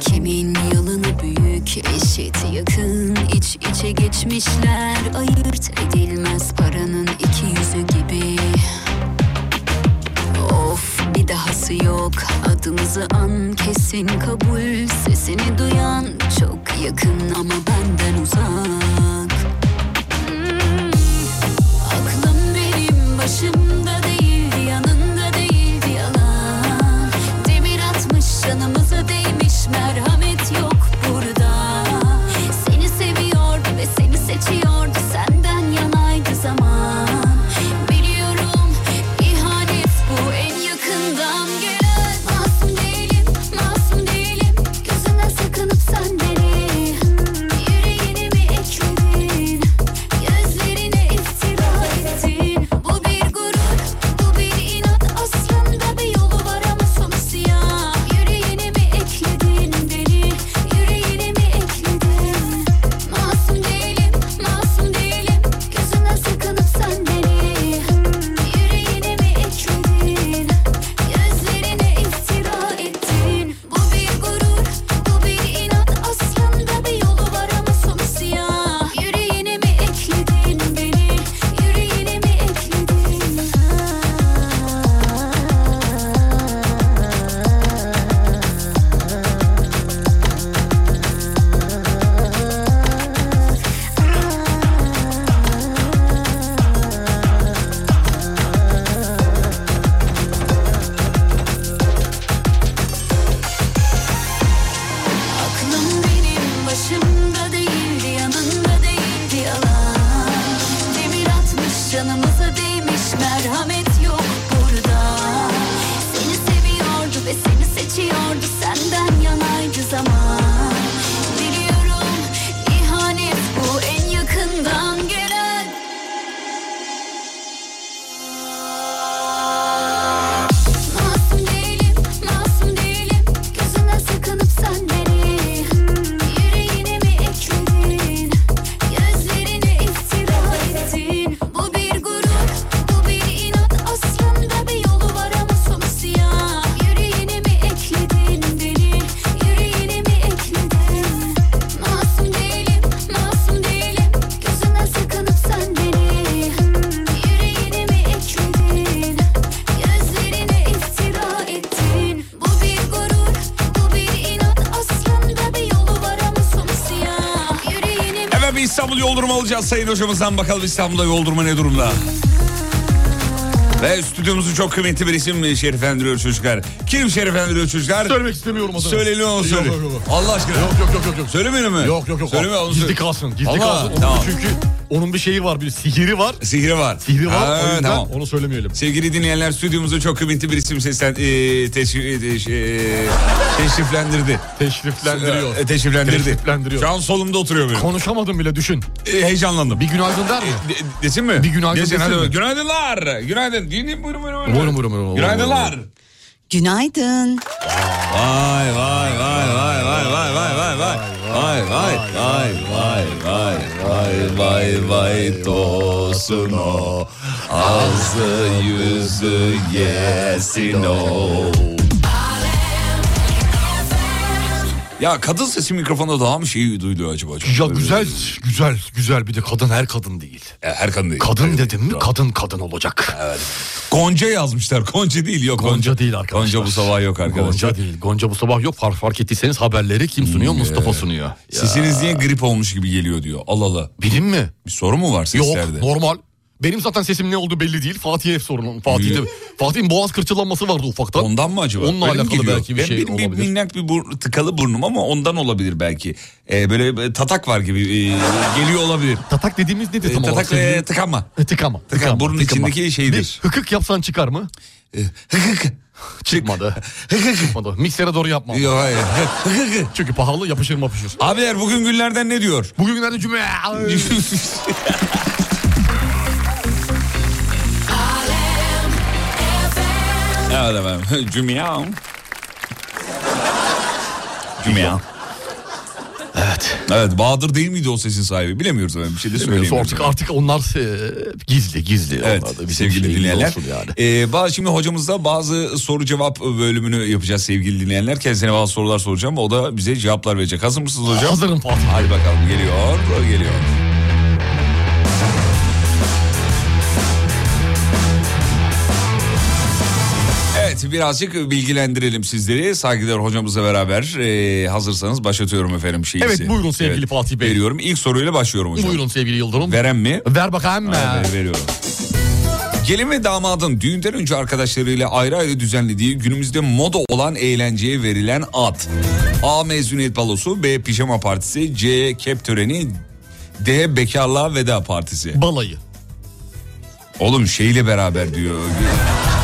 Speaker 14: Kimin yılını büyük eşit yakın iç içe geçmişler ayırt edilmez paranın iki yüzü gibi Of bir dahası yok adımızı an kesin kabul sesini duyan çok yakın ama benden uzak Hmm. Aklım benim başımda değil yanında değil yalan Demir atmış canımıza değmiş merhamet yok burada Seni seviyordu ve seni seçiyordu senden yanaydı zaman Biliyorum ihanet bu en yakından gelen Masum değilim masum değilim gözünden sakınıp sen beni Yüreğini mi ekledin gözlerine iftira ettin Bu bir gurur bu bir inat aslında bir yolu var ama sonu siyah Yüreğine mi ekledin beni yüreğine mi ekledin Masum değilim masum değilim gözünden sakınıp sen beni Yüreğine mi ekledin gözlerine iftira ettin Bu bir gurur bu bir inat aslında bir yolu var ama sonu siyah Yüreğine mi ekledin beni yüreğine mi ekledin Aklım benim başımda değildi yanında değildi yalan Demir atmış canımıza değmiş merhamet yok burada Seni seviyordu ve seni seçiyordu senden yanaydı zaman Biliyorum ihanet bu en yakından gelen Masum değilim, masum değilim Gözünden sakınıp sen beni Yüreğine mi ekledin Gözlerine iftira ettin Bu bir gurur, bu bir inat Aslında bir yolu var ama sonu siyah Yüreğine mi ekledin beni Yüreğine mi ekledin Masum değilim, masum değilim Gözünden sakınıp sen beni Yüreğine mi ekledin Gözlerine iftira ettin Bu bir gurur, bu bir inat Aslında bir yolu var ama sonu siyah Yüreğine
Speaker 4: Efendim İstanbul yoldurma alacağız sayın hocamızdan. Bakalım İstanbul'da yoldurma ne durumda? Ve stüdyomuzun çok kıymetli bir isim şeriflendiriyor çocuklar. Kim şeriflendiriyor çocuklar? Söylemek istemiyorum
Speaker 5: adını.
Speaker 4: Söyle onu söyle.
Speaker 5: Yok, yok, yok.
Speaker 4: Allah aşkına.
Speaker 5: Yok, yok, yok, yok.
Speaker 4: Söylemeyelim mi?
Speaker 5: Yok yok yok.
Speaker 4: Söyleme onu
Speaker 5: Gizli
Speaker 4: söyle.
Speaker 5: kalsın. Gizli
Speaker 4: Allah,
Speaker 5: kalsın. Onun
Speaker 4: tamam.
Speaker 5: Çünkü onun bir şeyi var. Bir sihiri var.
Speaker 4: Sihri var.
Speaker 5: Sihri var.
Speaker 4: Ha,
Speaker 5: o yüzden
Speaker 4: tamam.
Speaker 5: onu söylemeyelim.
Speaker 4: Sevgili dinleyenler stüdyomuzda çok kıymetli bir isim seslen, e, teşri- e, şey, e, teşriflendirdi.
Speaker 5: Teşriflendiriyor.
Speaker 4: E, teşriflendirdi.
Speaker 5: Teşriflendiriyor.
Speaker 4: Şu an solumda oturuyor benim. E,
Speaker 5: Konuşamadım bile düşün.
Speaker 4: heyecanlandım.
Speaker 5: Bir günaydın der mi?
Speaker 4: De- desin mi?
Speaker 5: Bir günaydın
Speaker 4: Desin,
Speaker 5: desin
Speaker 4: hadi
Speaker 5: mi?
Speaker 4: bakalım. Günaydınlar. Günaydın. Dinleyin buyurun buyurun.
Speaker 5: Buyurun buyurun. buyurun.
Speaker 4: Günaydınlar.
Speaker 15: Günaydın.
Speaker 4: Vay vay vay vay vay vay vay vay vay vay vay vay vay vay vay vay vay tosun o ağzı yüzü yesin o. Ya kadın sesi mikrofonda daha mı şey duyuluyor acaba?
Speaker 5: Ya güzel, güzel, güzel. Bir de kadın her kadın değil.
Speaker 4: Her kadın E, değil.
Speaker 5: Kadın dedim mi kadın kadın olacak.
Speaker 4: Evet. Gonca yazmışlar. Gonca değil yok.
Speaker 5: Gonca, değil arkadaşlar.
Speaker 4: Gonca bu sabah yok arkadaşlar. Hmm,
Speaker 5: Gonca değil. Gonca bu sabah yok. Fark, fark ettiyseniz haberleri kim sunuyor? Mustafa sunuyor.
Speaker 4: Sesiniz niye grip olmuş gibi geliyor diyor. Allah Allah. Bilim mi? Bir soru mu var seslerde?
Speaker 5: Yok normal. Benim zaten sesim ne oldu belli değil. Fatih'e hep sorun. Fatih'te Fatih'in boğaz kırçılanması vardı ufaktan.
Speaker 4: Ondan mı acaba?
Speaker 5: Onunla
Speaker 4: Öyle mi
Speaker 5: alakalı
Speaker 4: geliyor?
Speaker 5: belki bir
Speaker 4: Ben
Speaker 5: şey
Speaker 4: benim bir
Speaker 5: olabilir.
Speaker 4: minnak bir bur- tıkalı burnum ama ondan olabilir belki. Ee, böyle bir tatak var gibi e, geliyor olabilir.
Speaker 5: Tatak dediğimiz nedir
Speaker 4: Ee,
Speaker 5: tam olarak?
Speaker 4: tatak e,
Speaker 5: sevgili-
Speaker 4: tıkanma.
Speaker 5: E, tıkama.
Speaker 4: Tıkan, burnun içindeki şeydir. E,
Speaker 5: Bir hıkık yapsan çıkar mı? Hıkık. Çıkmadı. Çıkmadı. Miksere doğru yapma.
Speaker 4: Yok, hayır.
Speaker 5: Çünkü pahalı yapışır mapışır. şey
Speaker 4: Abiler bugün günlerden ne diyor?
Speaker 5: Bugün günlerden cüme.
Speaker 4: şey Evet efendim. Cümya. Cümya.
Speaker 5: Evet.
Speaker 4: Evet Bahadır değil miydi o sesin sahibi bilemiyoruz efendim bir şey de
Speaker 5: Bilmiyoruz.
Speaker 4: söyleyemiyoruz.
Speaker 5: Artık artık onlar e, gizli gizli.
Speaker 4: Evet
Speaker 5: Onlar da bizim
Speaker 4: sevgili
Speaker 5: şeyimiz
Speaker 4: dinleyenler.
Speaker 5: olsun yani.
Speaker 4: Ee, ba- şimdi hocamızda bazı soru cevap bölümünü yapacağız sevgili dinleyenler. Kendisine bazı sorular soracağım o da bize cevaplar verecek. Hazır mısınız hocam?
Speaker 5: Hazırım Fatih.
Speaker 4: Hadi bakalım geliyor geliyor. Evet birazcık bilgilendirelim sizleri. Saygıdeğer hocamızla beraber ee, hazırsanız başlatıyorum efendim şeyi.
Speaker 5: Evet, buyurun sevgili Fatih Bey.
Speaker 4: Veriyorum ilk soruyla başlıyorum hocam.
Speaker 5: Buyurun sevgili Yıldırım.
Speaker 4: Veren mi?
Speaker 5: Ver bakalım.
Speaker 4: Ha, ver- veriyorum. Gelin ve damadın düğünden önce arkadaşlarıyla ayrı ayrı düzenlediği günümüzde moda olan eğlenceye verilen ad. A. Mezuniyet balosu, B. Pijama partisi, C. Kep töreni, D. Bekarlığa veda partisi.
Speaker 5: Balayı.
Speaker 4: Oğlum şeyle beraber diyor.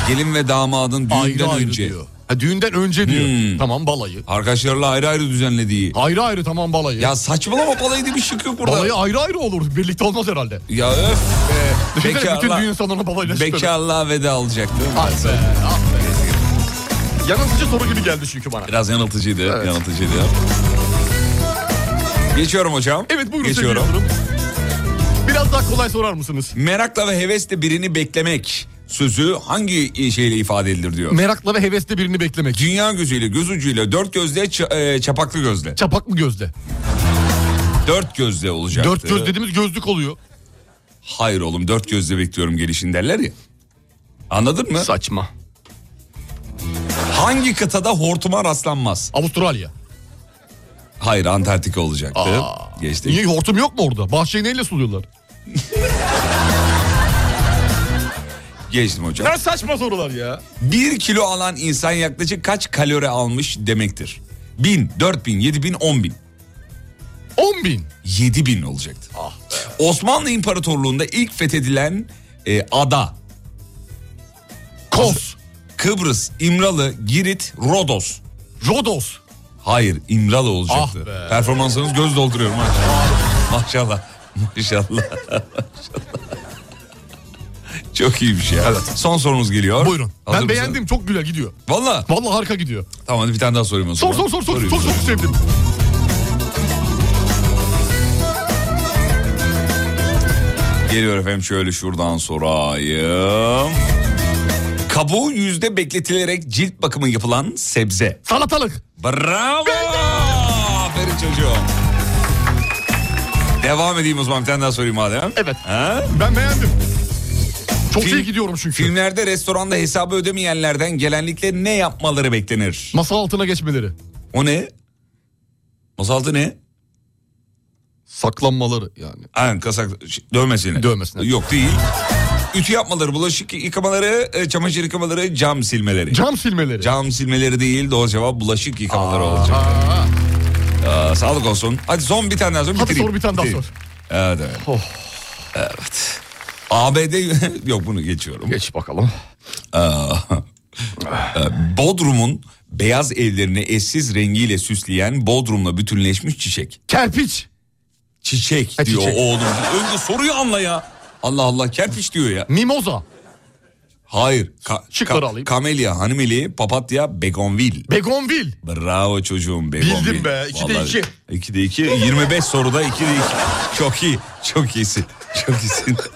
Speaker 4: Gelin ve damadın düğünden
Speaker 5: Ayrı ayrı
Speaker 4: önce. Hmm.
Speaker 5: diyor. Ha, düğünden önce diyor. Tamam balayı.
Speaker 4: Arkadaşlarla ayrı ayrı düzenlediği.
Speaker 5: Ayrı ayrı tamam balayı.
Speaker 4: Ya saçmalama balayı diye bir şık yok burada.
Speaker 5: Balayı ayrı ayrı olur. Birlikte olmaz herhalde.
Speaker 4: Ya öf be.
Speaker 5: Düşünsene bütün
Speaker 4: Bekarlığa,
Speaker 5: düğün salonu balayla çıkıyor.
Speaker 4: bekarlığa veda alacaktı.
Speaker 5: Ah be, ah be. Yanıltıcı soru gibi geldi çünkü bana.
Speaker 4: Biraz yanıltıcıydı, yanıltıcıydı. Geçiyorum hocam.
Speaker 5: Evet buyurun
Speaker 4: Geçiyorum.
Speaker 5: sevgili Yıldırım. Biraz daha kolay sorar mısınız?
Speaker 4: Merakla ve hevesle birini beklemek sözü hangi şeyle ifade edilir diyor.
Speaker 5: Merakla ve hevesle birini beklemek.
Speaker 4: Dünya gözüyle, göz ucuyla, dört gözle, ça- e, çapaklı gözle.
Speaker 5: Çapaklı gözle.
Speaker 4: Dört gözle olacaktı.
Speaker 5: Dört göz dediğimiz gözlük oluyor.
Speaker 4: Hayır oğlum dört gözle bekliyorum gelişin derler ya. Anladın mı?
Speaker 5: Saçma.
Speaker 4: Hangi kıtada hortuma rastlanmaz?
Speaker 5: Avustralya.
Speaker 4: Hayır Antarktika olacaktı. Geçtik.
Speaker 5: Niye hortum yok mu orada? Bahçeyi neyle suluyorlar?
Speaker 4: Geçtim hocam.
Speaker 5: Ne saçma sorular ya.
Speaker 4: Bir kilo alan insan yaklaşık kaç kalori almış demektir? Bin, dört bin, yedi bin, on bin.
Speaker 5: On bin?
Speaker 4: Yedi bin olacaktı.
Speaker 5: Ah
Speaker 4: Osmanlı İmparatorluğu'nda ilk fethedilen e, ada.
Speaker 5: Kos.
Speaker 4: Kıbrıs, İmralı, Girit, Rodos.
Speaker 5: Rodos.
Speaker 4: Hayır, İmralı
Speaker 5: Ah
Speaker 4: olacaktı. Performansınız göz dolduruyorum ha. Maşallah. Maşallah. Maşallah. Çok iyiymiş ya. Son sorumuz geliyor.
Speaker 5: Buyurun.
Speaker 4: Hazır
Speaker 5: ben
Speaker 4: mısın?
Speaker 5: beğendim çok güzel gidiyor.
Speaker 4: Valla.
Speaker 5: Vallahi harika gidiyor.
Speaker 4: Tamam hadi bir tane daha sorayım o
Speaker 5: Sor
Speaker 4: zaman.
Speaker 5: sor sor sor.
Speaker 4: Sorayım.
Speaker 5: Çok çok sevdim.
Speaker 4: Geliyor efendim şöyle şuradan sorayım. Kabuğu yüzde bekletilerek cilt bakımı yapılan sebze.
Speaker 5: Salatalık.
Speaker 4: Bravo. Aferin çocuğum. Devam edeyim o zaman bir tane daha sorayım madem.
Speaker 5: Evet.
Speaker 4: Ha?
Speaker 5: Ben beğendim. Çok
Speaker 4: Film-
Speaker 5: iyi gidiyorum çünkü.
Speaker 4: Filmlerde restoranda hesabı ödemeyenlerden genellikle ne yapmaları beklenir?
Speaker 5: Masa altına geçmeleri.
Speaker 4: O ne? Masa altı ne?
Speaker 5: Saklanmaları yani.
Speaker 4: Aynen kasak dövmesine.
Speaker 5: Dövmesine.
Speaker 4: Yok değil. Ütü yapmaları, bulaşık yıkamaları, e, çamaşır yıkamaları, cam silmeleri.
Speaker 5: Cam silmeleri.
Speaker 4: Cam silmeleri değil doğru cevap bulaşık yıkamaları olacak. Aa, sağlık olsun. Hadi son bir tane daha sor.
Speaker 5: Hadi
Speaker 4: bitireyim.
Speaker 5: sor bir tane daha
Speaker 4: Bitireyim.
Speaker 5: sor. Oh.
Speaker 4: Evet evet. Evet. ABD yok bunu geçiyorum.
Speaker 5: Geç bakalım.
Speaker 4: Bodrum'un beyaz evlerini eşsiz rengiyle süsleyen Bodrum'la bütünleşmiş çiçek.
Speaker 5: Kerpiç.
Speaker 4: Çiçek
Speaker 5: Ha,
Speaker 4: diyor
Speaker 5: çiçek.
Speaker 4: oğlum. Önce soruyu anla ya. Allah Allah kerpiç diyor ya.
Speaker 5: Mimoza.
Speaker 4: Hayır. Ka-
Speaker 5: Şıkları
Speaker 4: ka-
Speaker 5: alayım.
Speaker 4: Kamelya, hanımeli, papatya, begonvil.
Speaker 5: Begonvil.
Speaker 4: Bravo çocuğum begonvil.
Speaker 5: Bildim be, iki de iki.
Speaker 4: 2 de 2. 25 soruda 2 de 2. Çok iyi. Çok iyisin. Çok iyisin.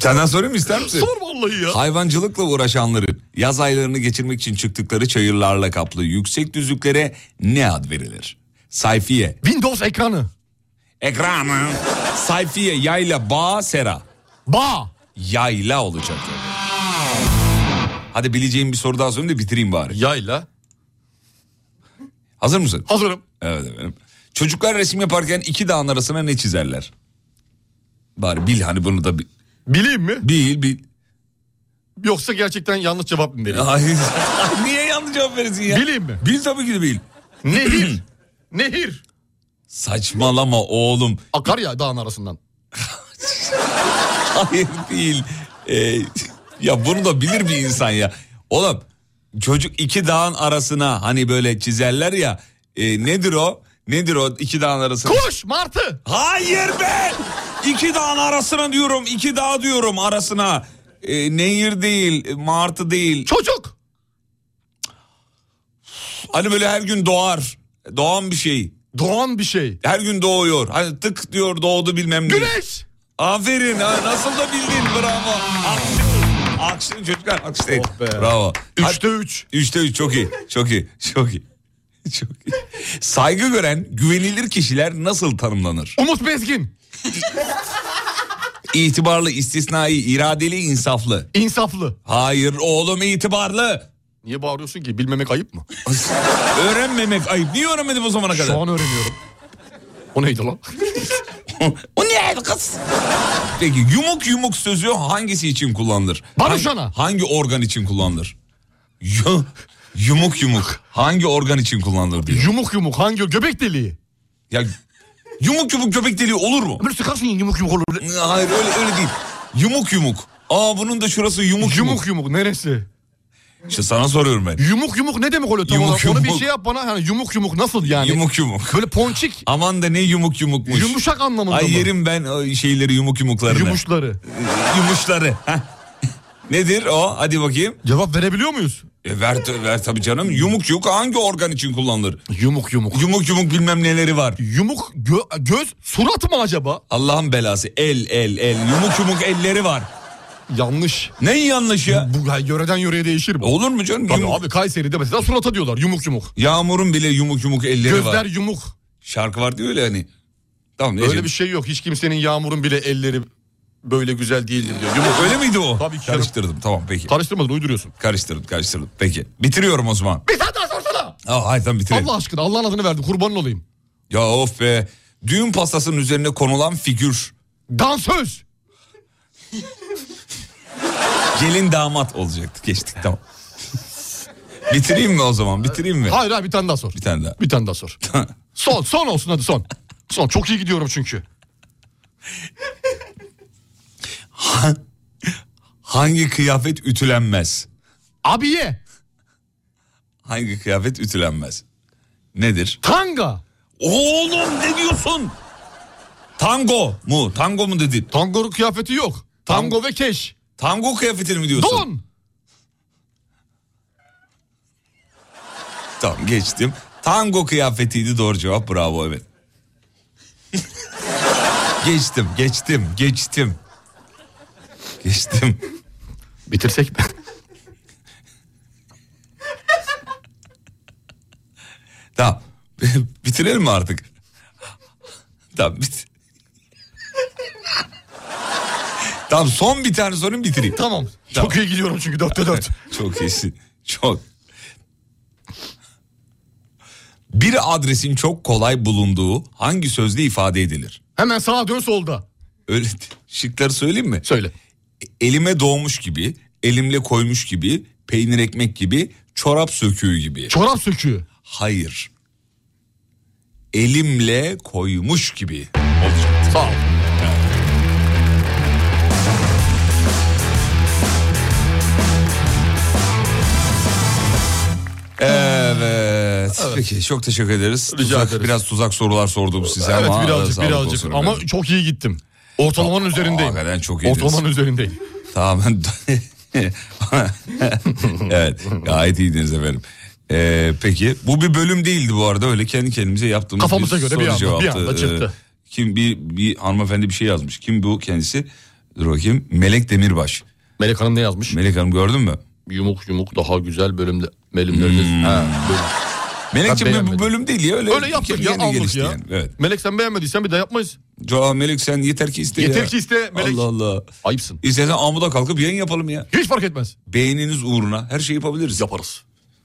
Speaker 4: Senden sorayım mı ister misin?
Speaker 5: Sor vallahi ya.
Speaker 4: Hayvancılıkla uğraşanların yaz aylarını geçirmek için çıktıkları çayırlarla kaplı yüksek düzlüklere ne ad verilir? Sayfiye,
Speaker 5: Windows ekranı.
Speaker 4: ekranı, sayfiye, yayla, bağ, sera.
Speaker 5: Ba.
Speaker 4: Yayla olacak. tabii. Hadi bileceğim bir soru daha sorayım da bitireyim bari.
Speaker 5: Yayla.
Speaker 4: Hazır mısın?
Speaker 5: Hazırım.
Speaker 4: Evet efendim. Çocuklar resim yaparken iki dağın arasına ne çizerler? Bari bil hani bunu da bil.
Speaker 5: Bileyim mi?
Speaker 4: Bil bil.
Speaker 5: Yoksa gerçekten yanlış cevap mı vereyim?
Speaker 4: Ay, Niye yanlış cevap verirsin ya?
Speaker 5: Bileyim mi?
Speaker 4: Bil tabii ki de bil.
Speaker 5: Nehir. Nehir.
Speaker 4: Saçmalama oğlum.
Speaker 5: Akar ya dağın arasından.
Speaker 4: Hayır değil. Ee, ya bunu da bilir bir insan ya. Oğlum çocuk iki dağın arasına hani böyle çizerler ya. e, nedir o? Nedir o iki dağın arasına?
Speaker 5: Kuş martı.
Speaker 4: Hayır be! İki dağın arasına diyorum. iki dağ e, diyorum arasına. E, nehir değil, martı değil.
Speaker 5: Çocuk.
Speaker 4: Hani böyle her gün doğar. Doğan bir şey. Doğan bir şey. Her gün doğuyor. Hani tık diyor doğdu bilmem ne. Güneş. Aferin ha nasıl da bildin bravo. Aksi, aksi çocuklar aksi değil. Bravo. Üçte üç. Üçte üç çok iyi çok iyi çok iyi. Çok iyi. Saygı gören güvenilir kişiler nasıl tanımlanır? Umut Bezgin. İtibarlı, istisnai, iradeli, insaflı. İnsaflı. Hayır oğlum itibarlı. Niye bağırıyorsun ki? Bilmemek ayıp mı? Öğrenmemek ayıp. Niye öğrenmedim o zamana kadar? Şu an öğreniyorum. O neydi lan? o neydi kız? Peki yumuk yumuk sözü hangisi için kullanılır? Barışana. Hangi organ için kullanılır? Yu- yumuk yumuk hangi organ için kullanılır diyor. Yumuk yumuk hangi göbek deliği? Ya yumuk yumuk göbek deliği olur mu?
Speaker 5: Böyle sıkarsın yumuk yumuk olur.
Speaker 4: Hayır öyle öyle değil. Yumuk yumuk. Aa bunun da şurası yumuk yumuk.
Speaker 5: Yumuk yumuk neresi?
Speaker 4: İşte sana soruyorum ben.
Speaker 5: Yumuk yumuk ne demek oluyor tam
Speaker 4: Yumuk
Speaker 5: olarak? Onu
Speaker 4: yumuk.
Speaker 5: bir şey yap bana hani yumuk yumuk nasıl yani?
Speaker 4: Yumuk yumuk. Böyle ponçik. Aman da ne yumuk yumukmuş.
Speaker 5: Yumuşak anlamında
Speaker 4: Ay
Speaker 5: mı?
Speaker 4: yerim ben o şeyleri yumuk yumuklarını.
Speaker 5: Yumuşları.
Speaker 4: Yumuşları. Heh. Nedir o? Hadi bakayım. Cevap verebiliyor muyuz? E ver, ver tabii canım. Yumuk yumuk hangi organ için kullanılır? Yumuk yumuk. Yumuk yumuk bilmem neleri var. Yumuk göz surat mı acaba? Allah'ın belası el el el yumuk yumuk elleri var. Yanlış. Ne yanlış ya? Bu, yöreden yöreye değişir bu. Olur mu canım?
Speaker 5: Tabii
Speaker 4: Yumuk-
Speaker 5: abi Kayseri'de mesela surata diyorlar yumuk yumuk.
Speaker 4: Yağmurun bile yumuk yumuk elleri var.
Speaker 5: Gözler yumuk.
Speaker 4: Şarkı var diyor öyle hani. Tamam
Speaker 5: Öyle
Speaker 4: Necip.
Speaker 5: bir şey yok. Hiç kimsenin yağmurun bile elleri böyle güzel değildir diyor. Yumuk.
Speaker 4: Öyle miydi o?
Speaker 5: şey Tabii ki.
Speaker 4: Karıştırdım tamam peki. Karıştırmadın uyduruyorsun. Karıştırdım karıştırdım peki. Bitiriyorum o zaman.
Speaker 5: Bir tane daha sorsana.
Speaker 4: Aa, hayır tamam bitirelim.
Speaker 5: Allah aşkına Allah'ın adını verdim kurbanın olayım.
Speaker 4: Ya of be. Düğün pastasının üzerine konulan figür. Dansöz. Gelin damat olacaktı. Geçtik tamam. Bitireyim mi o zaman? Bitireyim mi?
Speaker 5: Hayır hayır bir tane daha sor.
Speaker 4: Bir tane daha.
Speaker 5: Bir tane daha sor. son son olsun hadi son. Son çok iyi gidiyorum çünkü.
Speaker 4: Hangi kıyafet ütülenmez?
Speaker 5: Abiye.
Speaker 4: Hangi kıyafet ütülenmez? Nedir?
Speaker 5: Tanga.
Speaker 4: Oğlum ne diyorsun? Tango mu? Tango mu dedin?
Speaker 5: Tango kıyafeti yok. Tango ve keş.
Speaker 4: Tango kıyafetini mi diyorsun?
Speaker 5: Don.
Speaker 4: Tamam geçtim. Tango kıyafetiydi doğru cevap bravo evet. geçtim geçtim geçtim. Geçtim.
Speaker 5: Bitirsek mi?
Speaker 4: tamam bitirelim mi artık? tamam bit. tamam son bir tane sorun bitireyim. Tamam.
Speaker 5: Çok iyi gidiyorum çünkü dörtte dört.
Speaker 4: Çok iyisin. Çok. Bir adresin çok kolay bulunduğu hangi sözle ifade edilir?
Speaker 5: Hemen sağa dön solda.
Speaker 4: Öyle şıkları söyleyeyim mi? Söyle. Elime doğmuş gibi, elimle koymuş gibi, peynir ekmek gibi, çorap söküğü gibi.
Speaker 5: Çorap söküğü.
Speaker 4: Hayır. Elimle koymuş gibi olacaktı. Sağ ol. Evet. Peki çok teşekkür ederiz. Tuzak- Biraz tuzak sorular sordum size
Speaker 5: evet
Speaker 4: ama
Speaker 5: birazcık
Speaker 4: sağlık
Speaker 5: birazcık
Speaker 4: olsun
Speaker 5: ama
Speaker 4: efendim.
Speaker 5: çok iyi gittim. Ortalamanın üzerindeyim.
Speaker 4: Hakikaten çok iyiydiniz.
Speaker 5: Ortalamanın üzerindeyim.
Speaker 4: Tamamen. evet gayet iyiydiniz efendim. Ee, peki bu bir bölüm değildi bu arada öyle kendi kendimize yaptığımız
Speaker 5: Kafamıza göre bir anda- bir anda çıktı.
Speaker 4: Ee, kim bir, bir hanımefendi bir şey yazmış. Kim bu kendisi? Dur bakayım. Melek Demirbaş. Melek Hanım ne yazmış? Melek Hanım gördün mü? Yumuk yumuk daha güzel bölümde bölümlerde.
Speaker 5: Hmm. Ben
Speaker 4: Melek'ciğim bu
Speaker 5: beğenmedim.
Speaker 4: Bölüm değil ya öyle.
Speaker 5: Öyle yaptık ya
Speaker 4: Kendi
Speaker 5: aldık
Speaker 4: gelişti
Speaker 5: ya.
Speaker 4: yani, evet.
Speaker 5: Melek sen beğenmediysen bir daha yapmayız.
Speaker 4: Aa, Melek sen yeter ki iste
Speaker 5: Yeter
Speaker 4: ya.
Speaker 5: ki iste Melek.
Speaker 4: Allah Allah. Ayıpsın. İstersen amuda kalkıp yayın yapalım ya.
Speaker 5: Hiç fark etmez.
Speaker 4: Beğeniniz uğruna her şeyi yapabiliriz. Yaparız.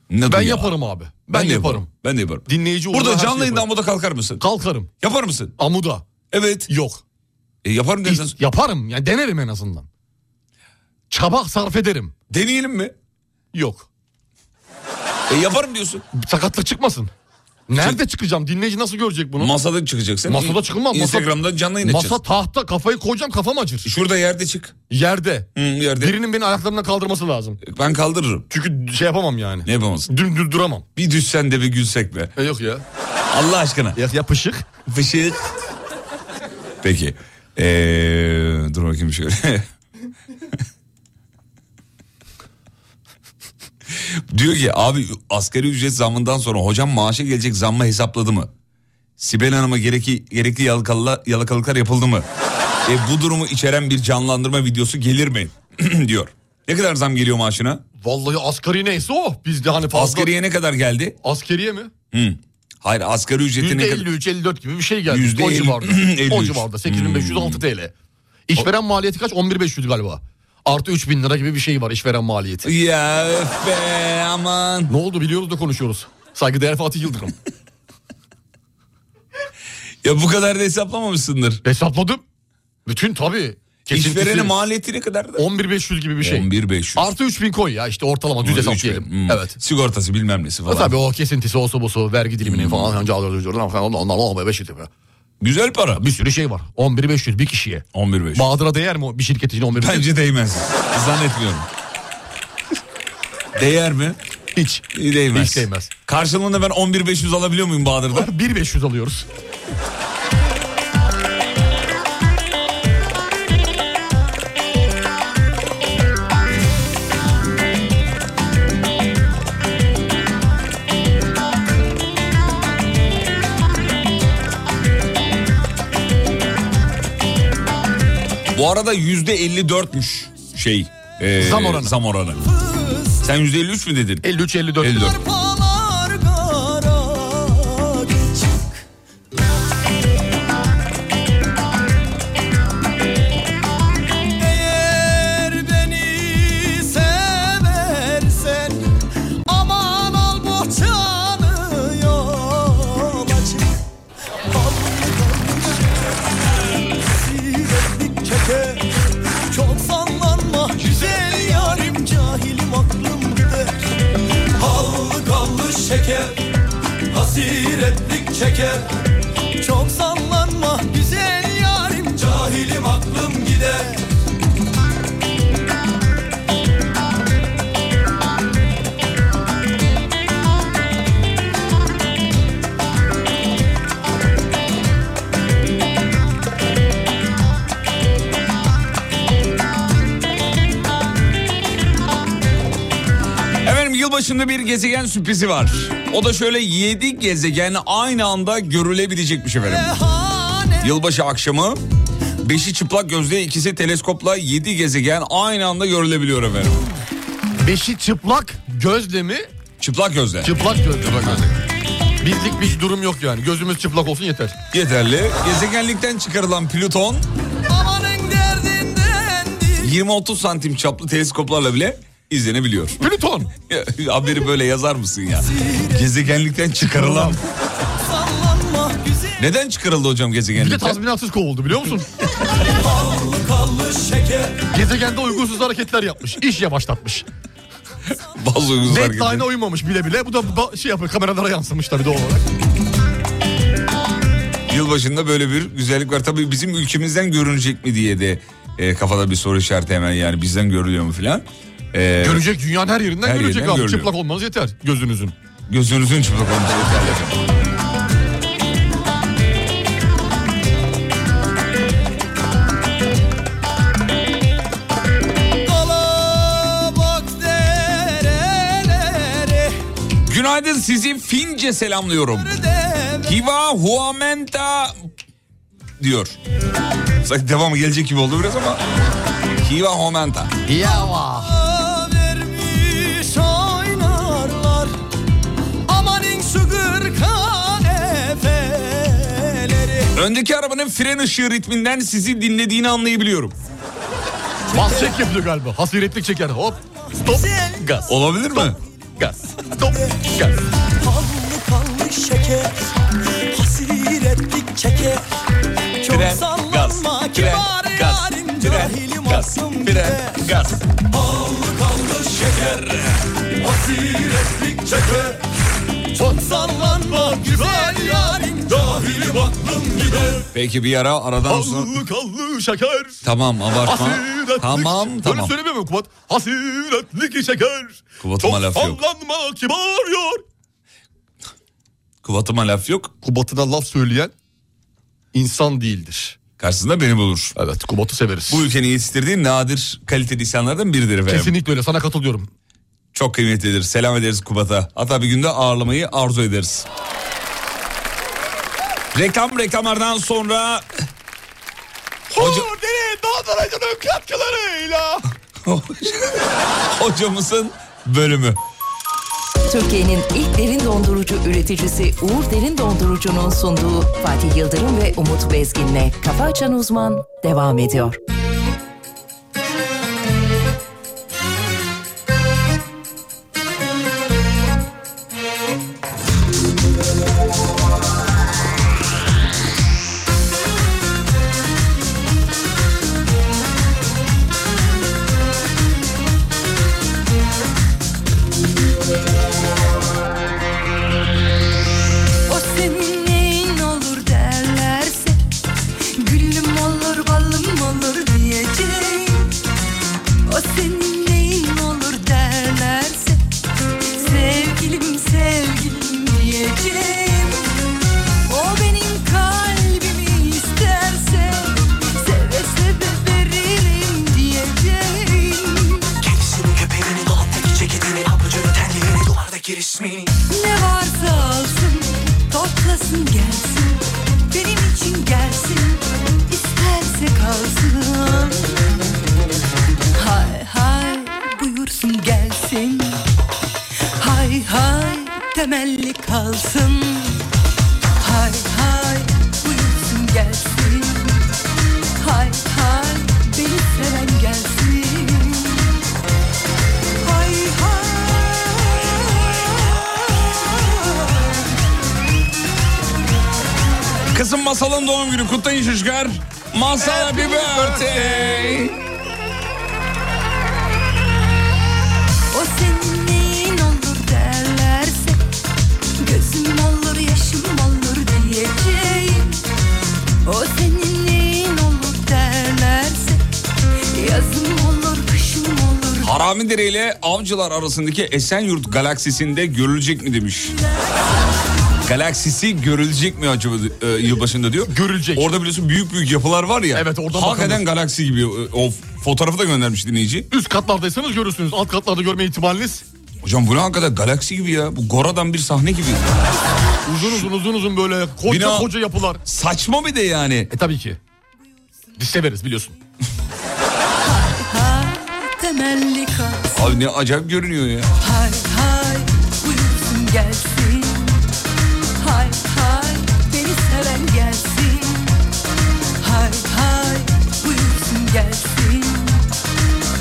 Speaker 4: Ne
Speaker 5: ben
Speaker 4: bu ya?
Speaker 5: yaparım abi. Ben,
Speaker 4: de
Speaker 5: yaparım.
Speaker 4: Ben de yaparım.
Speaker 5: Dinleyici uğruna
Speaker 4: Burada
Speaker 5: her şey
Speaker 4: canlı
Speaker 5: şeyi
Speaker 4: yayında
Speaker 5: yaparım.
Speaker 4: amuda kalkar mısın?
Speaker 5: Kalkarım.
Speaker 4: Yapar mısın?
Speaker 5: Amuda.
Speaker 4: Evet.
Speaker 5: Yok.
Speaker 4: E, yaparım dersen.
Speaker 5: Yaparım. Yani denerim en azından. Çaba sarf ederim.
Speaker 4: Deneyelim mi?
Speaker 5: Yok.
Speaker 4: E yaparım diyorsun.
Speaker 5: Sakatlık çıkmasın. Nerede çıkacağım? Dinleyici nasıl görecek bunu?
Speaker 4: Masada çıkacaksın.
Speaker 5: Masada çıkılmaz. Masa-
Speaker 4: Instagram'dan canlı yayın
Speaker 5: Masa
Speaker 4: açacağız. E,
Speaker 5: tahta kafayı koyacağım kafam acır.
Speaker 4: Şurada yerde çık.
Speaker 5: Yerde.
Speaker 4: yerde.
Speaker 5: Birinin beni ayaklarımdan kaldırması lazım.
Speaker 4: Ben kaldırırım.
Speaker 5: Çünkü şey yapamam yani.
Speaker 4: Ne yapamazsın?
Speaker 5: Dümdüz duramam.
Speaker 4: Bir düşsen de bir gülsek be.
Speaker 5: E, yok ya.
Speaker 4: Allah aşkına.
Speaker 5: Ya, yapışık.
Speaker 4: Fışık. Peki. Ee, dur bakayım şöyle. Diyor ki abi asgari ücret zammından sonra hocam maaşa gelecek zammı hesapladı mı? Sibel Hanım'a gerekli, gerekli yalakalı, yalakalıklar yapıldı mı? E, bu durumu içeren bir canlandırma videosu gelir mi? diyor. Ne kadar zam geliyor maaşına?
Speaker 5: Vallahi asgari neyse o. Bizde hani fazla...
Speaker 4: Asgariye ne kadar geldi?
Speaker 5: Askeriye mi?
Speaker 4: Hı. Hayır asgari ücreti ne kadar?
Speaker 5: %53-54 gibi bir şey geldi.
Speaker 4: Yüzde
Speaker 5: o
Speaker 4: elli- Hmm.
Speaker 5: civarda. o
Speaker 4: 53.
Speaker 5: civarda. 8506 TL. İşveren maliyeti kaç? 11500 galiba. Artı 3000 lira gibi bir şey var işveren maliyeti.
Speaker 4: Ya öf be aman.
Speaker 5: Ne oldu biliyoruz da konuşuyoruz. Saygıdeğer Fatih Yıldırım.
Speaker 4: Ya bu kadar da hesaplamamışsındır.
Speaker 5: Hesapladım. Bütün tabii. Kesintisi.
Speaker 4: İşverenin maliyeti ne kadar?
Speaker 5: 11500 gibi bir şey.
Speaker 4: 11500.
Speaker 5: Artı 3000 koy ya işte ortalama düz hesap diyelim. Evet.
Speaker 4: Hmm. Sigortası bilmem nesi falan. Hmm.
Speaker 5: E Tabii o kesintisi olsa bosu vergi diliminin falan önce alıyoruz oradan falan ondan ondan beş
Speaker 4: Güzel para.
Speaker 5: Bir sürü şey var. 11500 bir kişiye.
Speaker 4: 11500.
Speaker 5: Bahadır'a değer mi o bir şirket için 11500?
Speaker 4: Bence değmez. Zannetmiyorum. Değer mi?
Speaker 5: Hiç.
Speaker 4: Değmez.
Speaker 5: Hiç değmez.
Speaker 4: Karşılığında ben 11500 alabiliyor muyum Bahadır'da?
Speaker 5: 1500 alıyoruz.
Speaker 4: Bu arada %54'müş şey. e,
Speaker 5: Zam oranı. E-
Speaker 4: Zam oranı. Sen %53 mü dedin?
Speaker 5: 53 54.
Speaker 4: 54.
Speaker 1: Eğer beni seversen aman al boçanı yol açık. Siretlik çeker Çok sallanma güzel yarim Cahilim aklım gider
Speaker 11: Hallı kallı şeker Hasiretlik çeker
Speaker 1: Çok sallanma güzel yarim
Speaker 11: Cahilim aklım gider
Speaker 4: Efendim yılbaşında bir gezegen sürprizi var. O da şöyle 7 gezegen aynı anda görülebilecekmiş efendim. Yılbaşı akşamı beşi çıplak gözle ikisi teleskopla 7 gezegen aynı anda görülebiliyor efendim.
Speaker 5: Beşi çıplak gözle mi?
Speaker 4: Çıplak gözle.
Speaker 5: Çıplak gözle bak gözle. Bizlik bir durum yok yani. Gözümüz çıplak olsun yeter.
Speaker 4: Yeterli. Gezegenlikten çıkarılan Plüton 20-30 santim çaplı teleskoplarla bile izlenebiliyor.
Speaker 5: Plüton.
Speaker 4: Haberi böyle yazar mısın ya? Gezegenlikten çıkarılan. Neden çıkarıldı hocam
Speaker 5: Bir de
Speaker 4: gezegenlikten?
Speaker 5: tazminatsız kovuldu biliyor musun? Gezegende uygunsuz hareketler yapmış. İş yavaşlatmış.
Speaker 4: Bazı uygunsuz
Speaker 5: Deadline'a
Speaker 4: hareketler.
Speaker 5: uymamış bile bile. Bu da ba- şey yapıyor kameralara yansımış tabii doğal olarak.
Speaker 4: Yılbaşında böyle bir güzellik var. Tabii bizim ülkemizden görünecek mi diye de e, kafada bir soru işareti hemen yani bizden görülüyor mu filan. E,
Speaker 5: Görecek dünyanın her yerinden
Speaker 4: her
Speaker 5: görecek
Speaker 4: yerinden
Speaker 5: abi.
Speaker 4: görülüyor.
Speaker 5: Çıplak olmanız yeter gözünüzün.
Speaker 4: Gözünüzün çıplak olması yeterli efendim.
Speaker 1: Kalabak derelere
Speaker 4: Günaydın sizi Fince selamlıyorum. Hiva huamenta diyor. Sanki devamı gelecek gibi oldu biraz ama. Hiva huamenta.
Speaker 5: Yava.
Speaker 1: vermiş oynarlar Amanin şu kırkan efeleri
Speaker 4: Öndeki arabanın fren ışığı ritminden sizi dinlediğini anlayabiliyorum.
Speaker 5: Bas çek yapıyor galiba. Hasiretlik çeker. Hop. Stop. Gaz.
Speaker 4: Olabilir mi? Gaz.
Speaker 5: Stop. Gaz.
Speaker 1: Kanlı kanlı şeker Hasiretlik çeker Çok
Speaker 11: Tren,
Speaker 1: sallanma
Speaker 11: gaz, tren,
Speaker 1: kibar
Speaker 11: gaz,
Speaker 1: yarim
Speaker 11: tren,
Speaker 1: Cahilim
Speaker 11: gaz,
Speaker 1: aklım
Speaker 11: tren,
Speaker 4: gaz
Speaker 1: Ballı kanlı şeker Hasiretlik çeker Çok sallanma kibar yarim Cahilim aklım gider
Speaker 4: Peki bir ara aradan sonra...
Speaker 5: Kallı kallı şeker.
Speaker 4: Tamam abartma.
Speaker 5: Hasiretlik.
Speaker 4: Tamam tamam.
Speaker 5: Böyle söylemiyor mu Kubat? Hasiretlik şeker.
Speaker 4: Kubatıma laf yok.
Speaker 5: sallanma kibar yar.
Speaker 4: Kubatıma laf yok.
Speaker 5: Kubat'ına laf söyleyen insan değildir.
Speaker 4: Karşısında beni bulur.
Speaker 5: Evet Kubat'ı severiz.
Speaker 4: Bu ülkenin yetiştirdiği nadir kaliteli insanlardan biridir efendim.
Speaker 5: Kesinlikle öyle sana katılıyorum.
Speaker 4: Çok kıymetlidir. Selam ederiz Kubat'a. Hatta bir günde ağırlamayı arzu ederiz. Reklam reklamlardan sonra... Hoca...
Speaker 5: Hurdinin dondurucunun katkılarıyla.
Speaker 4: Hocamızın bölümü.
Speaker 12: Türkiye'nin ilk derin dondurucu üreticisi Uğur Derin Dondurucu'nun sunduğu Fatih Yıldırım ve Umut Bezgin'le Kafa Açan Uzman devam ediyor.
Speaker 1: O senin neyin olur derlerse Gülüm olur balım olur diyeceğim O senin neyin olur derlerse Sevgilim sevgilim diyeceğim O benim kalbimi isterse Seve seve veririm diyeceğim Kendisinin köpeğini dolaptaki ceketini Ablacının tellerini duvardaki resmini Ne varsa alsın Toplasın gelsin Benim için gelsin isterse kalsın Hay hay buyursun gelsin Hay hay temelli kalsın Hay hay buyursun gelsin Hay hay beni seven gelsin Hay hay
Speaker 4: Kızım Masal'ın doğum günü kutlayın çocuklar. Masal happy birthday.
Speaker 1: O senin neyin olur derlerse Gözüm olur yaşım olur diyeceğim O senin neyin olur derlerse Yazım olur kışım olur
Speaker 4: Harami Dere ile Avcılar arasındaki Esenyurt galaksisinde görülecek mi demiş. Galaksisi görülecek mi acaba e, yılbaşında diyor. Görülecek. Orada biliyorsun büyük büyük yapılar var ya. Evet
Speaker 5: oradan
Speaker 4: Hakikaten
Speaker 5: bakılır.
Speaker 4: galaksi gibi e, o fotoğrafı da göndermiş dinleyici.
Speaker 5: Üst katlardaysanız görürsünüz. Alt katlarda görme ihtimaliniz.
Speaker 4: Hocam bu ne hakikaten galaksi gibi ya. Bu Gora'dan bir sahne gibi.
Speaker 5: Uzun uzun uzun uzun böyle koca
Speaker 4: Bina-
Speaker 5: koca yapılar.
Speaker 4: Saçma bir de yani. E
Speaker 5: tabii ki. Biz severiz biliyorsun.
Speaker 1: Temelli kalsın
Speaker 4: Abi ne acayip görünüyor ya.
Speaker 1: Hay hay uyusun gelsin Hay hay beni seven gelsin Hay hay uyusun gelsin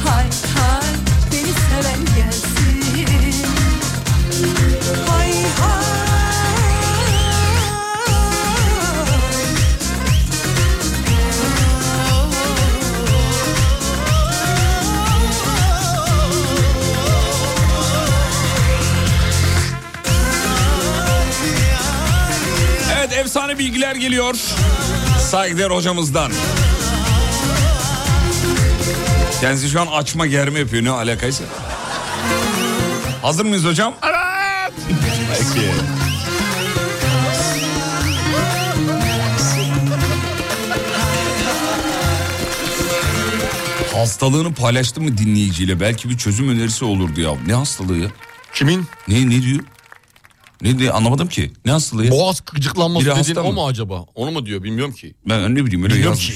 Speaker 1: Hay hay beni seven gelsin Hay hay
Speaker 4: Evet efsane bilgiler geliyor. Saygıdeğer hocamızdan. Kendisi şu an açma germe yapıyor ne alakaysa. Hazır mıyız hocam? Evet. Peki. Hastalığını paylaştı mı dinleyiciyle? Belki bir çözüm önerisi olurdu ya. Ne hastalığı ya? Kimin? Ne ne diyor? Ne diyor anlamadım ki. Ne hastalığı ya?
Speaker 5: Boğaz gıcıklanması
Speaker 4: Biri hasta
Speaker 5: dediğin o
Speaker 4: mı?
Speaker 5: mu acaba? Onu mu diyor bilmiyorum ki.
Speaker 4: Ben ne bileyim öyle yazmış.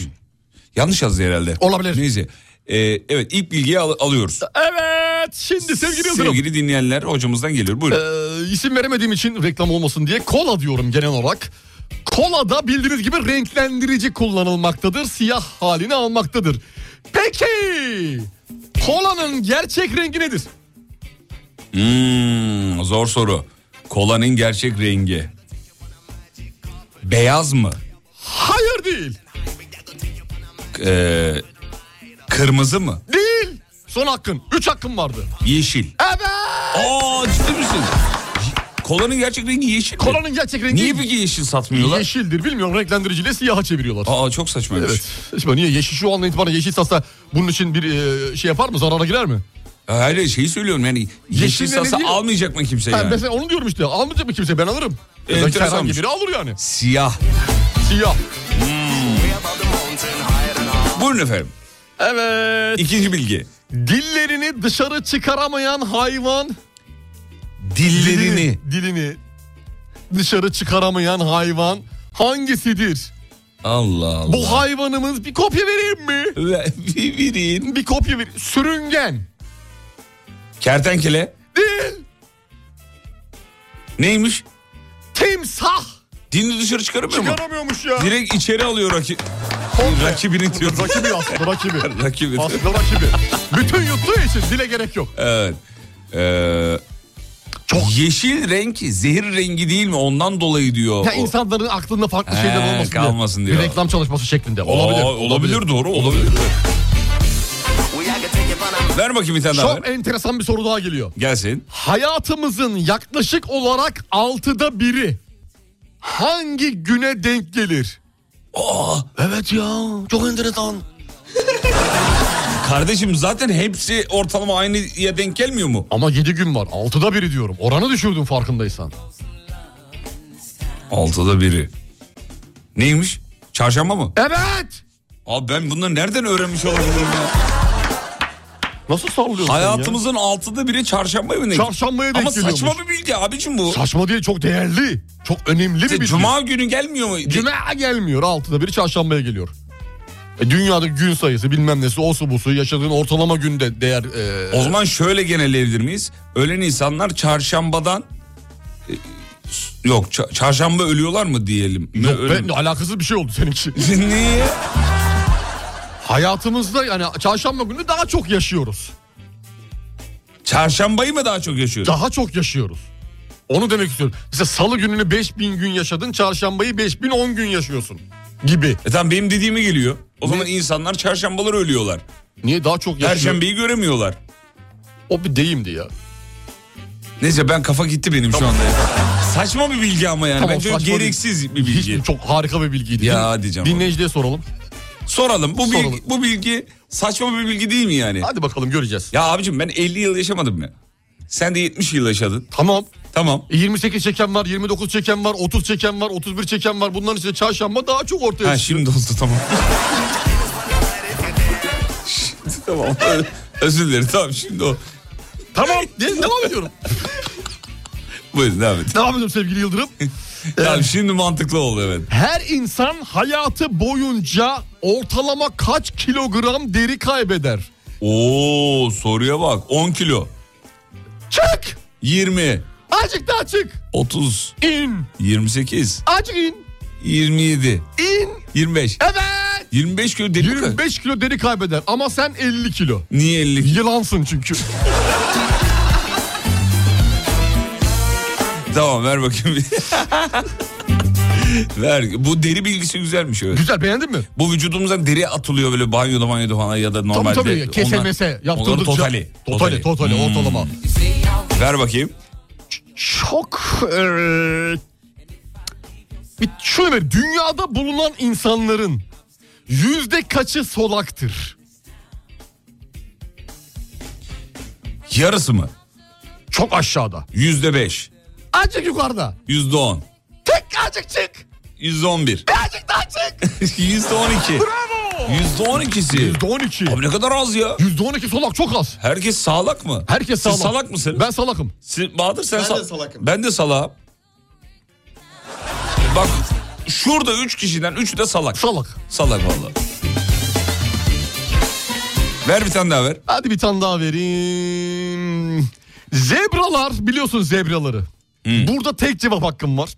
Speaker 4: Yanlış yazdı herhalde. Olabilir. Neyse. Ee, evet ilk bilgiyi al- alıyoruz.
Speaker 5: Evet şimdi sevgili Yıldırım.
Speaker 4: Sevgili dinleyenler hocamızdan geliyor. Buyurun.
Speaker 5: Ee, isim veremediğim için reklam olmasın diye kola diyorum genel olarak. Kola da bildiğiniz gibi renklendirici kullanılmaktadır. Siyah halini almaktadır. Peki kolanın gerçek rengi nedir?
Speaker 4: Hmm, zor soru. Kolanın gerçek rengi. Beyaz mı?
Speaker 5: Hayır değil.
Speaker 4: Ee, kırmızı mı?
Speaker 5: Değil. Son hakkın. Üç hakkın vardı.
Speaker 4: Yeşil.
Speaker 5: Evet.
Speaker 4: Aa ciddi misin? Kolanın gerçek rengi yeşil mi?
Speaker 5: Kolanın gerçek rengi
Speaker 4: Niye peki yeşil satmıyorlar?
Speaker 5: Yeşildir bilmiyorum renklendirici siyaha çeviriyorlar.
Speaker 4: Aa çok saçmaymış.
Speaker 5: Evet. Saçma niye yeşil şu andan itibaren yeşil satsa bunun için bir e, şey yapar mı zarara girer mi?
Speaker 4: Hayır şeyi söylüyorum yani yeşil
Speaker 5: Yeşille ne
Speaker 4: satsa
Speaker 5: diyor?
Speaker 4: almayacak mı kimse
Speaker 5: Ha,
Speaker 4: yani?
Speaker 5: Mesela onu diyorum işte almayacak mı kimse ben alırım. Belki
Speaker 4: Enteresanmış.
Speaker 5: Herhangi biri alır yani.
Speaker 4: Siyah.
Speaker 5: Siyah.
Speaker 4: Buyurun efendim.
Speaker 5: Evet.
Speaker 4: İkinci bilgi.
Speaker 5: Dillerini dışarı çıkaramayan hayvan.
Speaker 4: Dillerini.
Speaker 5: Dilini, dilini dışarı çıkaramayan hayvan hangisidir?
Speaker 4: Allah Allah.
Speaker 5: Bu hayvanımız bir kopya vereyim mi?
Speaker 4: bir vereyim.
Speaker 5: Bir kopya ver. Sürüngen.
Speaker 4: Kertenkele.
Speaker 5: Değil.
Speaker 4: Neymiş?
Speaker 5: Timsah.
Speaker 4: Dilini dışarı çıkaramıyor mu?
Speaker 5: Çıkaramıyormuş ya.
Speaker 4: Direkt içeri alıyor raki... rakibini diyor.
Speaker 5: Rakibi aslında rakibi.
Speaker 4: rakibi.
Speaker 5: Aslında rakibi. E, Bütün yuttuğu için dile gerek yok.
Speaker 4: Evet. Ee, Yeşil renk zehir rengi değil mi? Ondan dolayı diyor.
Speaker 5: Ya
Speaker 4: O-
Speaker 5: insanların aklında farklı
Speaker 4: He,
Speaker 5: şeyler olmasın diye.
Speaker 4: kalmasın diyor.
Speaker 5: Bir reklam çalışması şeklinde.
Speaker 4: Aa,
Speaker 5: Olabilir.
Speaker 4: olabilir doğru olabilir. Ver bakayım bir tane daha.
Speaker 5: Çok
Speaker 4: ver.
Speaker 5: enteresan bir soru daha geliyor.
Speaker 4: Gelsin.
Speaker 5: Hayatımızın yaklaşık olarak altıda biri hangi güne denk gelir? Aa, Oh, evet ya çok enteresan.
Speaker 4: Kardeşim zaten hepsi ortalama aynıya denk gelmiyor mu?
Speaker 5: Ama 7 gün var altıda biri diyorum. Oranı düşürdün farkındaysan.
Speaker 4: Altıda biri. Neymiş? Çarşamba mı?
Speaker 5: Evet.
Speaker 4: Abi ben bunları nereden öğrenmiş olabilirim ya?
Speaker 5: Nasıl sallıyorsun
Speaker 4: Hayatımızın altıda biri çarşamba mı?
Speaker 5: Çarşambaya denk
Speaker 4: Ama
Speaker 5: geliyormuş.
Speaker 4: saçma bir bilgi abicim bu.
Speaker 5: Saçma değil çok değerli. Çok önemli bir
Speaker 4: İşte
Speaker 5: bilgi.
Speaker 4: Cuma günü gelmiyor mu?
Speaker 5: Cuma gelmiyor altıda biri çarşambaya geliyor. E, dünyada gün sayısı bilmem nesi osu busu yaşadığın ortalama günde değer... e,
Speaker 4: O zaman şöyle genelleyebilir miyiz? Ölen insanlar çarşambadan e, yok ça- çarşamba ölüyorlar mı diyelim.
Speaker 5: Yok
Speaker 4: Öyle
Speaker 5: ben
Speaker 4: mi?
Speaker 5: alakasız bir şey oldu seninki.
Speaker 4: Niye?
Speaker 5: Hayatımızda yani çarşamba günü daha çok yaşıyoruz.
Speaker 4: Çarşambayı mı daha çok yaşıyoruz?
Speaker 5: Daha çok yaşıyoruz. Onu demek istiyorum. Mesela salı gününü 5000 gün yaşadın, çarşambayı 5010 gün yaşıyorsun gibi.
Speaker 4: E tamam benim dediğime geliyor. O zaman insanlar çarşambaları ölüyorlar.
Speaker 5: Niye daha çok yaşıyor?
Speaker 4: Perşembeyi göremiyorlar.
Speaker 5: O bir deyimdi ya.
Speaker 4: Neyse ben kafa gitti benim şu anda. ya. Saçma bir bilgi ama yani.
Speaker 5: Tamam,
Speaker 4: Bence
Speaker 5: saçma
Speaker 4: gereksiz bir bilgi.
Speaker 5: Çok harika bir bilgiydi.
Speaker 4: Ya
Speaker 5: Din-
Speaker 4: hadi canım.
Speaker 5: Dinleyiciye soralım.
Speaker 4: Soralım. Bu
Speaker 5: Soralım.
Speaker 4: bilgi bu bilgi saçma bir bilgi değil mi yani?
Speaker 5: Hadi bakalım göreceğiz.
Speaker 4: Ya abicim ben 50 yıl yaşamadım ya. Sen de 70 yıl yaşadın.
Speaker 5: Tamam.
Speaker 4: Tamam.
Speaker 5: E, 28 çeken var, 29 çeken var, 30 çeken var, 31 çeken var. Bunların içinde çarşamba daha çok ortaya
Speaker 4: Ha
Speaker 5: çıkıyor.
Speaker 4: şimdi oldu tamam. şimdi tamam. Ö- Özür dilerim tamam şimdi o.
Speaker 5: Tamam. de- devam ediyorum.
Speaker 4: Buyurun devam edin.
Speaker 5: devam ediyorum sevgili Yıldırım.
Speaker 4: Tamam şimdi mantıklı oldu evet.
Speaker 5: Her insan hayatı boyunca ortalama kaç kilogram deri kaybeder?
Speaker 4: Oo soruya bak 10 kilo.
Speaker 5: Çık!
Speaker 4: 20,
Speaker 5: Azıcık daha çık.
Speaker 4: 30,
Speaker 5: İn.
Speaker 4: 28,
Speaker 5: Azıcık in.
Speaker 4: 27,
Speaker 5: İn.
Speaker 4: 25.
Speaker 5: Evet.
Speaker 4: 25 kilo deli mi?
Speaker 5: 25 kilo deri kaybeder ama sen 50 kilo.
Speaker 4: Niye 50 kilo?
Speaker 5: Yılansın çünkü.
Speaker 4: Tamam ver bakayım. bir. ver. Bu deri bilgisi güzelmiş evet.
Speaker 5: Güzel beğendin mi?
Speaker 4: Bu vücudumuzdan deri atılıyor böyle banyoda banyoda falan ya da
Speaker 5: Tabii
Speaker 4: normalde.
Speaker 5: tabii
Speaker 4: Onlar-
Speaker 5: kesemese
Speaker 4: onların
Speaker 5: yaptırdıkça.
Speaker 4: totali.
Speaker 5: Totali totali
Speaker 4: Hmm.
Speaker 5: ortalama.
Speaker 4: Ver bakayım.
Speaker 5: Çok eee, bir şöyle bir dünyada bulunan insanların yüzde kaçı solaktır?
Speaker 4: Yarısı mı?
Speaker 5: Çok aşağıda.
Speaker 4: Yüzde beş.
Speaker 5: Azıcık yukarıda.
Speaker 4: Yüzde on.
Speaker 5: Tek azıcık çık.
Speaker 4: Yüzde on bir.
Speaker 5: Azıcık daha çık.
Speaker 4: Yüzde on iki.
Speaker 5: Bravo.
Speaker 4: Yüzde on ikisi.
Speaker 5: Yüzde on iki.
Speaker 4: Abi ne kadar az ya.
Speaker 5: Yüzde on iki solak çok az.
Speaker 4: Herkes sağlak mı?
Speaker 5: Herkes sağlam.
Speaker 4: Siz salak mısın?
Speaker 5: Ben salakım.
Speaker 4: Siz, Bahadır sen
Speaker 13: Ben
Speaker 4: sal-
Speaker 13: de salakım.
Speaker 4: Ben de salağım. Bak şurada üç kişiden üçü de salak.
Speaker 5: Salak.
Speaker 4: Salak valla. Ver bir tane daha ver.
Speaker 5: Hadi bir tane daha vereyim. Zebralar biliyorsun zebraları. Burada tek cevap hakkım var.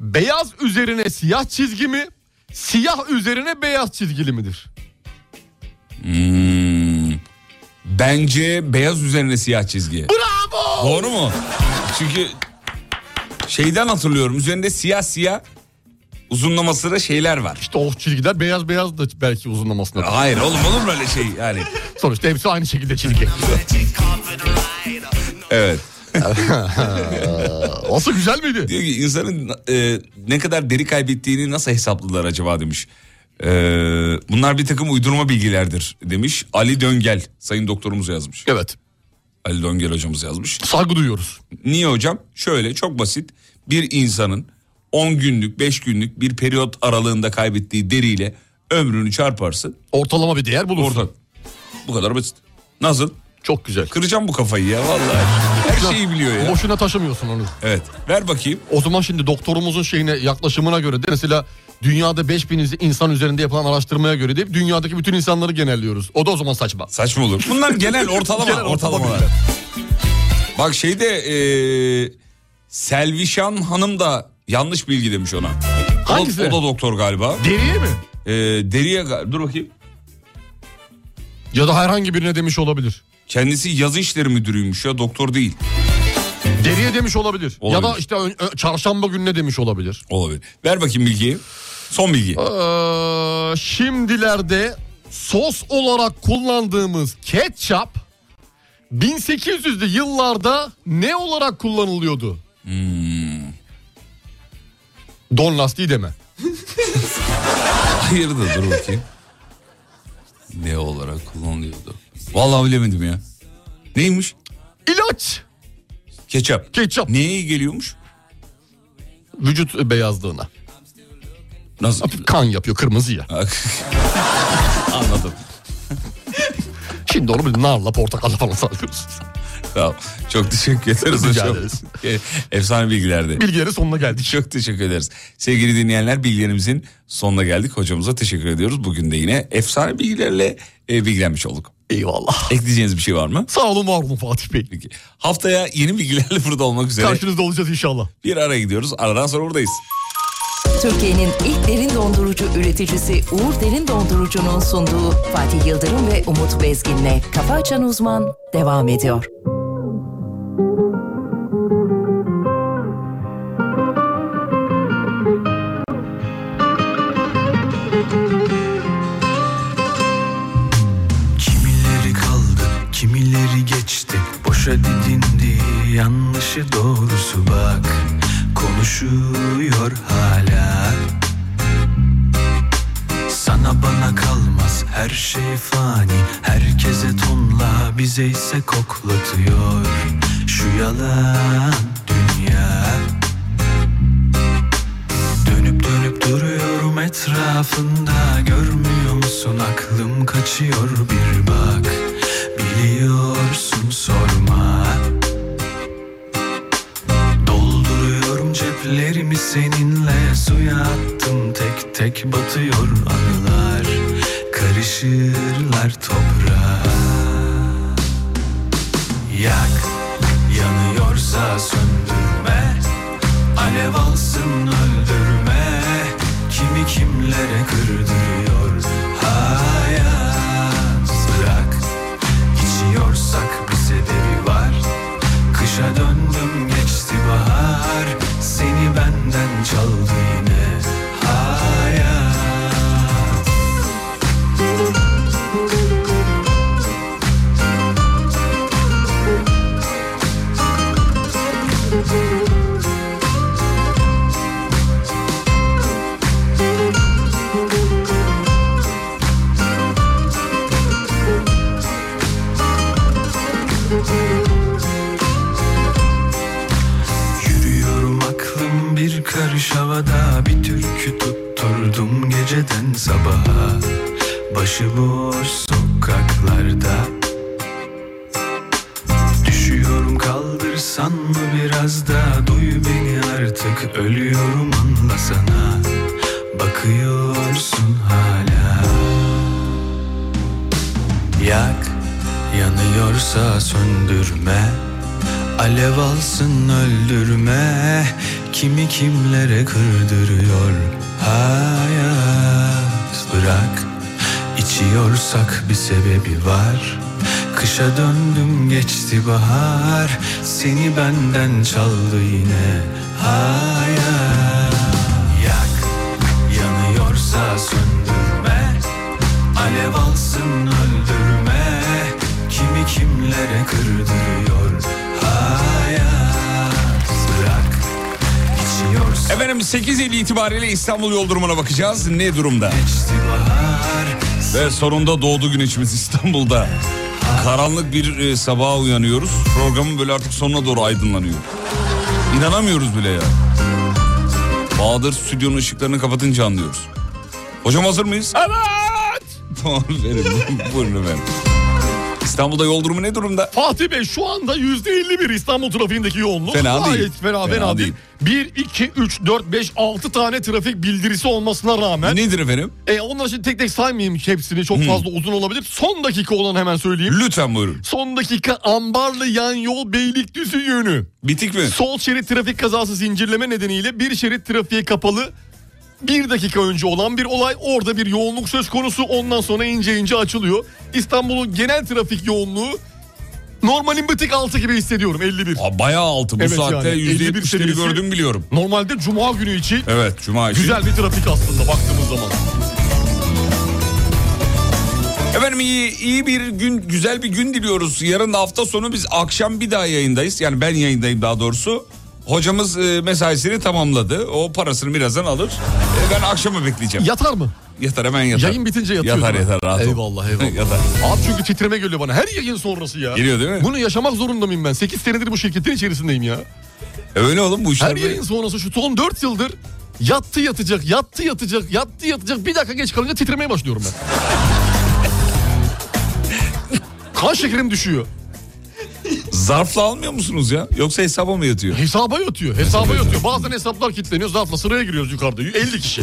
Speaker 5: Beyaz üzerine siyah çizgi mi? Siyah üzerine beyaz çizgili midir?
Speaker 4: Hmm. Bence beyaz üzerine siyah çizgi.
Speaker 5: Bravo!
Speaker 4: Doğru mu? Çünkü şeyden hatırlıyorum. Üzerinde siyah siyah uzunlaması da şeyler var.
Speaker 5: İşte o çizgiler beyaz beyaz da belki uzunlamasına. da.
Speaker 4: Hayır oğlum olur mu öyle şey yani?
Speaker 5: Sonuçta hepsi aynı şekilde çizgi.
Speaker 4: Evet.
Speaker 5: Nasıl güzel miydi?
Speaker 4: Diyor ki insanın e, ne kadar deri kaybettiğini nasıl hesapladılar acaba demiş. E, bunlar bir takım uydurma bilgilerdir demiş. Ali Döngel sayın doktorumuz yazmış.
Speaker 5: Evet.
Speaker 4: Ali Döngel hocamız yazmış.
Speaker 5: Saygı duyuyoruz.
Speaker 4: Niye hocam? Şöyle çok basit. Bir insanın 10 günlük 5 günlük bir periyot aralığında kaybettiği deriyle ömrünü çarparsın.
Speaker 5: Ortalama bir değer bulursun.
Speaker 4: Orta. Bu kadar basit. Nasıl?
Speaker 5: Çok güzel.
Speaker 4: Kıracağım bu kafayı ya vallahi. Her şeyi biliyor ya.
Speaker 5: Boşuna taşımıyorsun onu.
Speaker 4: Evet. Ver bakayım.
Speaker 5: O zaman şimdi doktorumuzun şeyine yaklaşımına göre de mesela dünyada 5000 insan üzerinde yapılan araştırmaya göre de dünyadaki bütün insanları genelliyoruz. O da o zaman saçma.
Speaker 4: Saçma olur. Bunlar genel ortalama
Speaker 5: Genel ortalama
Speaker 4: ortalamalar.
Speaker 5: bilgiler.
Speaker 4: Bak şeyde e, Selvişan Hanım da yanlış bilgi demiş ona. O da-
Speaker 5: Hangisi?
Speaker 4: O, da doktor galiba.
Speaker 5: Deriye mi?
Speaker 4: E, deriye ga- dur bakayım.
Speaker 5: Ya da herhangi birine demiş olabilir.
Speaker 4: Kendisi yazı işleri müdürüymüş ya doktor değil.
Speaker 5: Deriye demiş olabilir.
Speaker 4: Olabilir.
Speaker 5: Ya da işte ön- ö- çarşamba gününe demiş olabilir.
Speaker 4: Olabilir. Ver bakayım bilgiyi. Son bilgi.
Speaker 5: Ee, şimdilerde sos olarak kullandığımız ketçap 1800'lü yıllarda ne olarak kullanılıyordu? Hmm. Don lastiği deme.
Speaker 4: Hayır da dur bakayım. Ne olarak kullanılıyordu? Vallahi bilemedim ya. Neymiş?
Speaker 5: İlaç.
Speaker 4: Ketçap.
Speaker 5: Ketçap.
Speaker 4: Neye iyi geliyormuş?
Speaker 5: Vücut beyazlığına.
Speaker 4: Nasıl?
Speaker 5: Kan yapıyor kırmızıya.
Speaker 4: Anladım.
Speaker 5: Şimdi onu bir narla portakalla falan sarıyoruz.
Speaker 4: Tamam. Çok teşekkür ederiz
Speaker 5: Rica
Speaker 4: hocam.
Speaker 5: ederiz.
Speaker 4: E, Efsane bilgilerdi.
Speaker 5: Bilgilerin sonuna geldik.
Speaker 4: Çok teşekkür ederiz. Sevgili dinleyenler bilgilerimizin sonuna geldik. Hocamıza teşekkür ediyoruz. Bugün de yine efsane bilgilerle e, bilgilenmiş olduk.
Speaker 5: Eyvallah.
Speaker 4: Ekleyeceğiniz bir şey var mı?
Speaker 5: Sağ olun var olun Fatih Bey.
Speaker 4: Haftaya yeni bilgilerle burada olmak üzere.
Speaker 5: Karşınızda olacağız inşallah.
Speaker 4: Bir ara gidiyoruz. Aradan sonra buradayız.
Speaker 12: Türkiye'nin ilk derin dondurucu üreticisi Uğur Derin Dondurucu'nun sunduğu Fatih Yıldırım ve Umut Bezgin'le Kafa Açan Uzman devam ediyor.
Speaker 16: Kimileri kaldı, kimileri geçti Boşa didindi yanlışı doğrusu bak Konuşuyor hala Sana bana kalmaz her şey fani Herkese tonla bize ise koklatıyor Şu yalan dünya Dönüp dönüp duruyorum etrafında Görmüyor musun aklım kaçıyor bir bak Biliyorsun sorma Dolduruyorum ceplerimi seninle Suya attım tek tek batıyor anılar Karışırlar toprağa Yak yanıyorsa söndürme Alev alsın öldürme Kimi kimlere kırdırıyor Hayat bırak İçiyorsak bir sebebi var Kışa döndüm geçti bahar Seni benden çaldı yine Hayat Yürüyorum aklım bir karış havada Bir türkü tutturdum geceden sabaha Başıboş sokaklarda Düşüyorum kaldırsan mı biraz da Duy beni artık ölüyorum anla sana Bakıyorsun hala Yak yanıyorsa söndürme Alev alsın öldürme Kimi kimlere kırdırıyor Hayat bırak İçiyorsak bir sebebi var Kışa döndüm geçti bahar Seni benden çaldı yine Hayat Yak yanıyorsa söndürme Alev alsın öldürme Kimi kimlere kırdırıyor Hayat bırak İçiyorsa
Speaker 4: Efendim 8 Eylül itibariyle İstanbul yol durumuna bakacağız. Ne durumda? Ve sonunda doğdu güneşimiz İstanbul'da. Karanlık bir e, sabaha uyanıyoruz. Programın böyle artık sonuna doğru aydınlanıyor. İnanamıyoruz bile ya. Bahadır stüdyonun ışıklarını kapatınca anlıyoruz. Hocam hazır mıyız? Evet. Tamam verin. Buyurun efendim. İstanbul'da yol durumu ne durumda?
Speaker 11: Fatih Bey şu anda %51 İstanbul trafiğindeki yoğunluk.
Speaker 4: Fena
Speaker 11: Gayet
Speaker 4: değil.
Speaker 11: Fena, fena,
Speaker 4: Fena
Speaker 11: değil.
Speaker 4: değil.
Speaker 11: 1, 2, 3, 4, 5, 6 tane trafik bildirisi olmasına rağmen.
Speaker 4: Nedir efendim?
Speaker 11: E, onları şimdi tek tek saymayayım hepsini
Speaker 4: Hmm.
Speaker 11: çok fazla uzun olabilir. Son dakika olan hemen söyleyeyim.
Speaker 4: Lütfen buyurun.
Speaker 11: Son dakika ambarlı yan yol Beylikdüzü yönü.
Speaker 4: Bitik mi?
Speaker 11: Sol şerit trafik kazası zincirleme nedeniyle bir şerit trafiğe kapalı. Bir dakika önce olan bir olay orada bir yoğunluk söz konusu ondan sonra ince ince açılıyor. İstanbul'un genel trafik yoğunluğu normalin bir tık altı gibi hissediyorum 51.
Speaker 4: Aa, bayağı altı. Bu saatte yüzde
Speaker 11: %51
Speaker 4: yetmişleri
Speaker 11: seviyesi.
Speaker 4: gördüm biliyorum.
Speaker 11: Normalde cuma günü için
Speaker 4: Evet Cuma için.
Speaker 11: güzel bir trafik aslında baktığımız zaman.
Speaker 4: Efendim iyi, iyi bir gün, güzel bir gün diliyoruz. Yarın da hafta sonu biz akşam bir daha yayındayız. Yani ben yayındayım daha doğrusu. Hocamız e, mesaisini tamamladı. O parasını birazdan alır. E, ben akşamı bekleyeceğim.
Speaker 11: Yatar mı?
Speaker 4: Yatar hemen yatar.
Speaker 11: Yayın bitince yatıyor
Speaker 4: Yatar
Speaker 11: değil mi?
Speaker 4: yatar rahat ol.
Speaker 11: Eyvallah, eyvallah.
Speaker 4: yatar.
Speaker 11: Abi çünkü titreme geliyor bana her yayın sonrası ya.
Speaker 4: Geliyor değil mi?
Speaker 11: Bunu yaşamak zorunda mıyım ben? 8 senedir bu şirketin içerisindeyim ya.
Speaker 4: E, Öyle oğlum bu işler.
Speaker 11: Her
Speaker 4: böyle.
Speaker 11: yayın sonrası şu son 4 yıldır yattı yatacak, yattı yatacak, yattı yatacak. Bir dakika geç kalınca titremeye başlıyorum ben. kan şekerim düşüyor.
Speaker 4: Zarfla almıyor musunuz ya? Yoksa hesaba mı yatıyor?
Speaker 11: Hesaba yatıyor, hesaba yatıyor. Bazen hesaplar kilitleniyor, zarfla sıraya giriyoruz yukarıda. 50 kişi.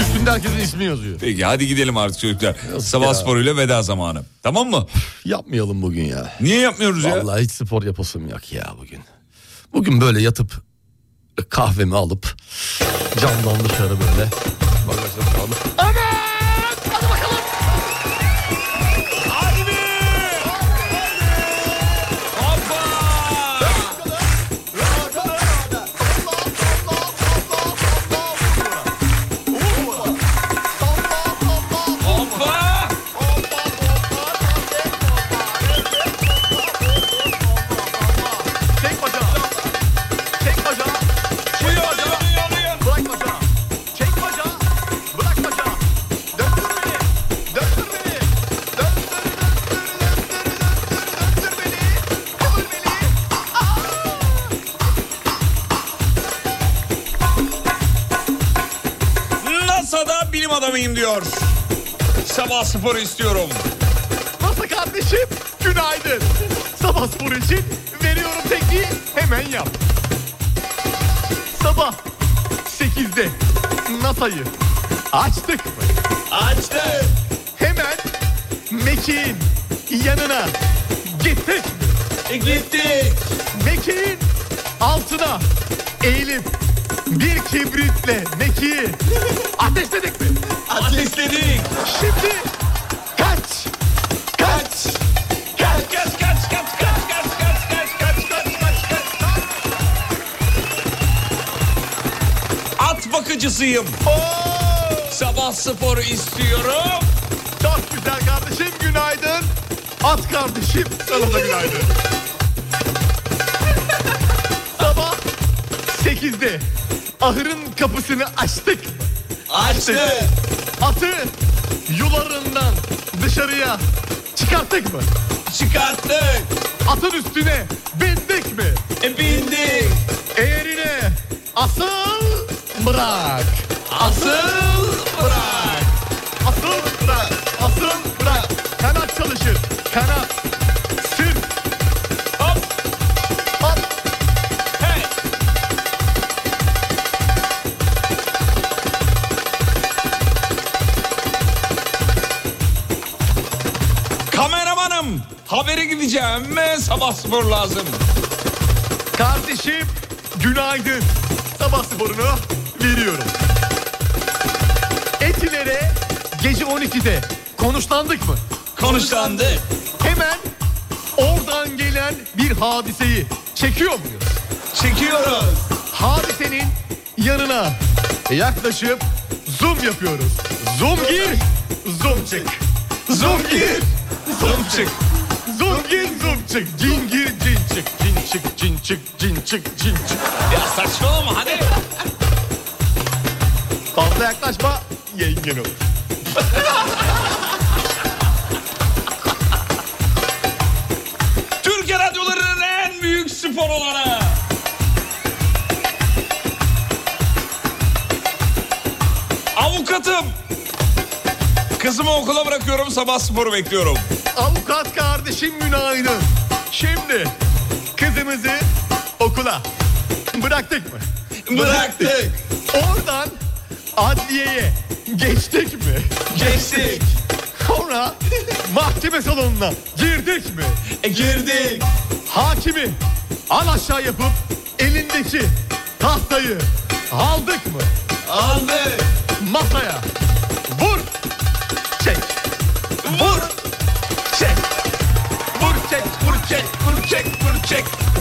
Speaker 11: Üstünde herkesin ismi yazıyor.
Speaker 4: Peki hadi gidelim artık çocuklar. Sabah
Speaker 11: ya.
Speaker 4: sporuyla veda zamanı. Tamam mı?
Speaker 11: Yapmayalım bugün ya.
Speaker 4: Niye yapmıyoruz ya?
Speaker 11: Vallahi hiç spor yapasım yok ya bugün. Bugün böyle yatıp kahvemi alıp camdan dışarı böyle bagajları alıp
Speaker 1: Çek bacağı. Çek bacağı. Çek bacağı. Bırak bacağı. Çek bacağı. Bırak bacağı. Döndür beni. Döndür beni. Döndür, döndür, döndür, döndür, döndür beni. Kıvır beni. Aa!
Speaker 4: NASA'da bilim adamıyım diyor. Sabah sporu istiyorum.
Speaker 11: Nasıl kardeşim? Günaydın. Sabah sporu için veriyorum tekniği hemen yap. Sabah 8'de NASA'yı açtık mı? Açtık. Hemen Mekin yanına gittik mi? E, Gittik. Mekin altına eğilip bir kibritle Meki'yi ateşledik mi? Ateşledik. Şimdi kaç Kaç! Kaç kaç kaç kaç kaç kaç kaç kaç kaç kaç kaç kaç
Speaker 4: At bakıcısıyım. Sabah sporu istiyorum.
Speaker 11: Çok güzel kardeşim günaydın. At kardeşim sana da günaydın. Sabah 8'de ahırın kapısını açtık. Açtık. Atı yularından dışarıya çıkarttık mı? Çıkarttık. Atın üstüne bindik mi? E bindik. Eğerine asıl bırak. Asıl bırak. Asıl bırak. Asıl bırak. Kanat çalışır. Kanat. Sür. Hop. Hop. Hey.
Speaker 4: Kameramanım. Habere gideceğim. Sabah spor lazım.
Speaker 11: Kardeşim günaydın. Sabah sporunu veriyorum. Etilere gece 12'de konuşlandık mı? Konuşlandık. Hemen oradan gelen bir hadiseyi çekiyor muyuz? Çekiyoruz. Hadisenin yanına yaklaşıp zoom yapıyoruz. Zoom gir, zoom çık. Zoom gir, zoom çık. Zoom gir, zoom çık. Cin gir, cin çık. Cin çık, cin çık, cin çık, cin çık. Ya saçmalama hadi. Fazla yaklaşma, yengen olur.
Speaker 4: Türkiye radyolarının en büyük spor olanı. Avukatım. Kızımı okula bırakıyorum sabah sporu bekliyorum.
Speaker 11: Avukat kardeşim günaydın. Şimdi kızımızı okula bıraktık mı? Bıraktık. Oradan adliyeye geçtik mi? Geçtik. Sonra mahkeme salonuna girdik mi? E, girdik. Hakimi al aşağı yapıp elindeki tahtayı aldık mı? Aldık. Masaya vur çek. Vur çek. Vur çek, vur çek, vur çek, vur çek.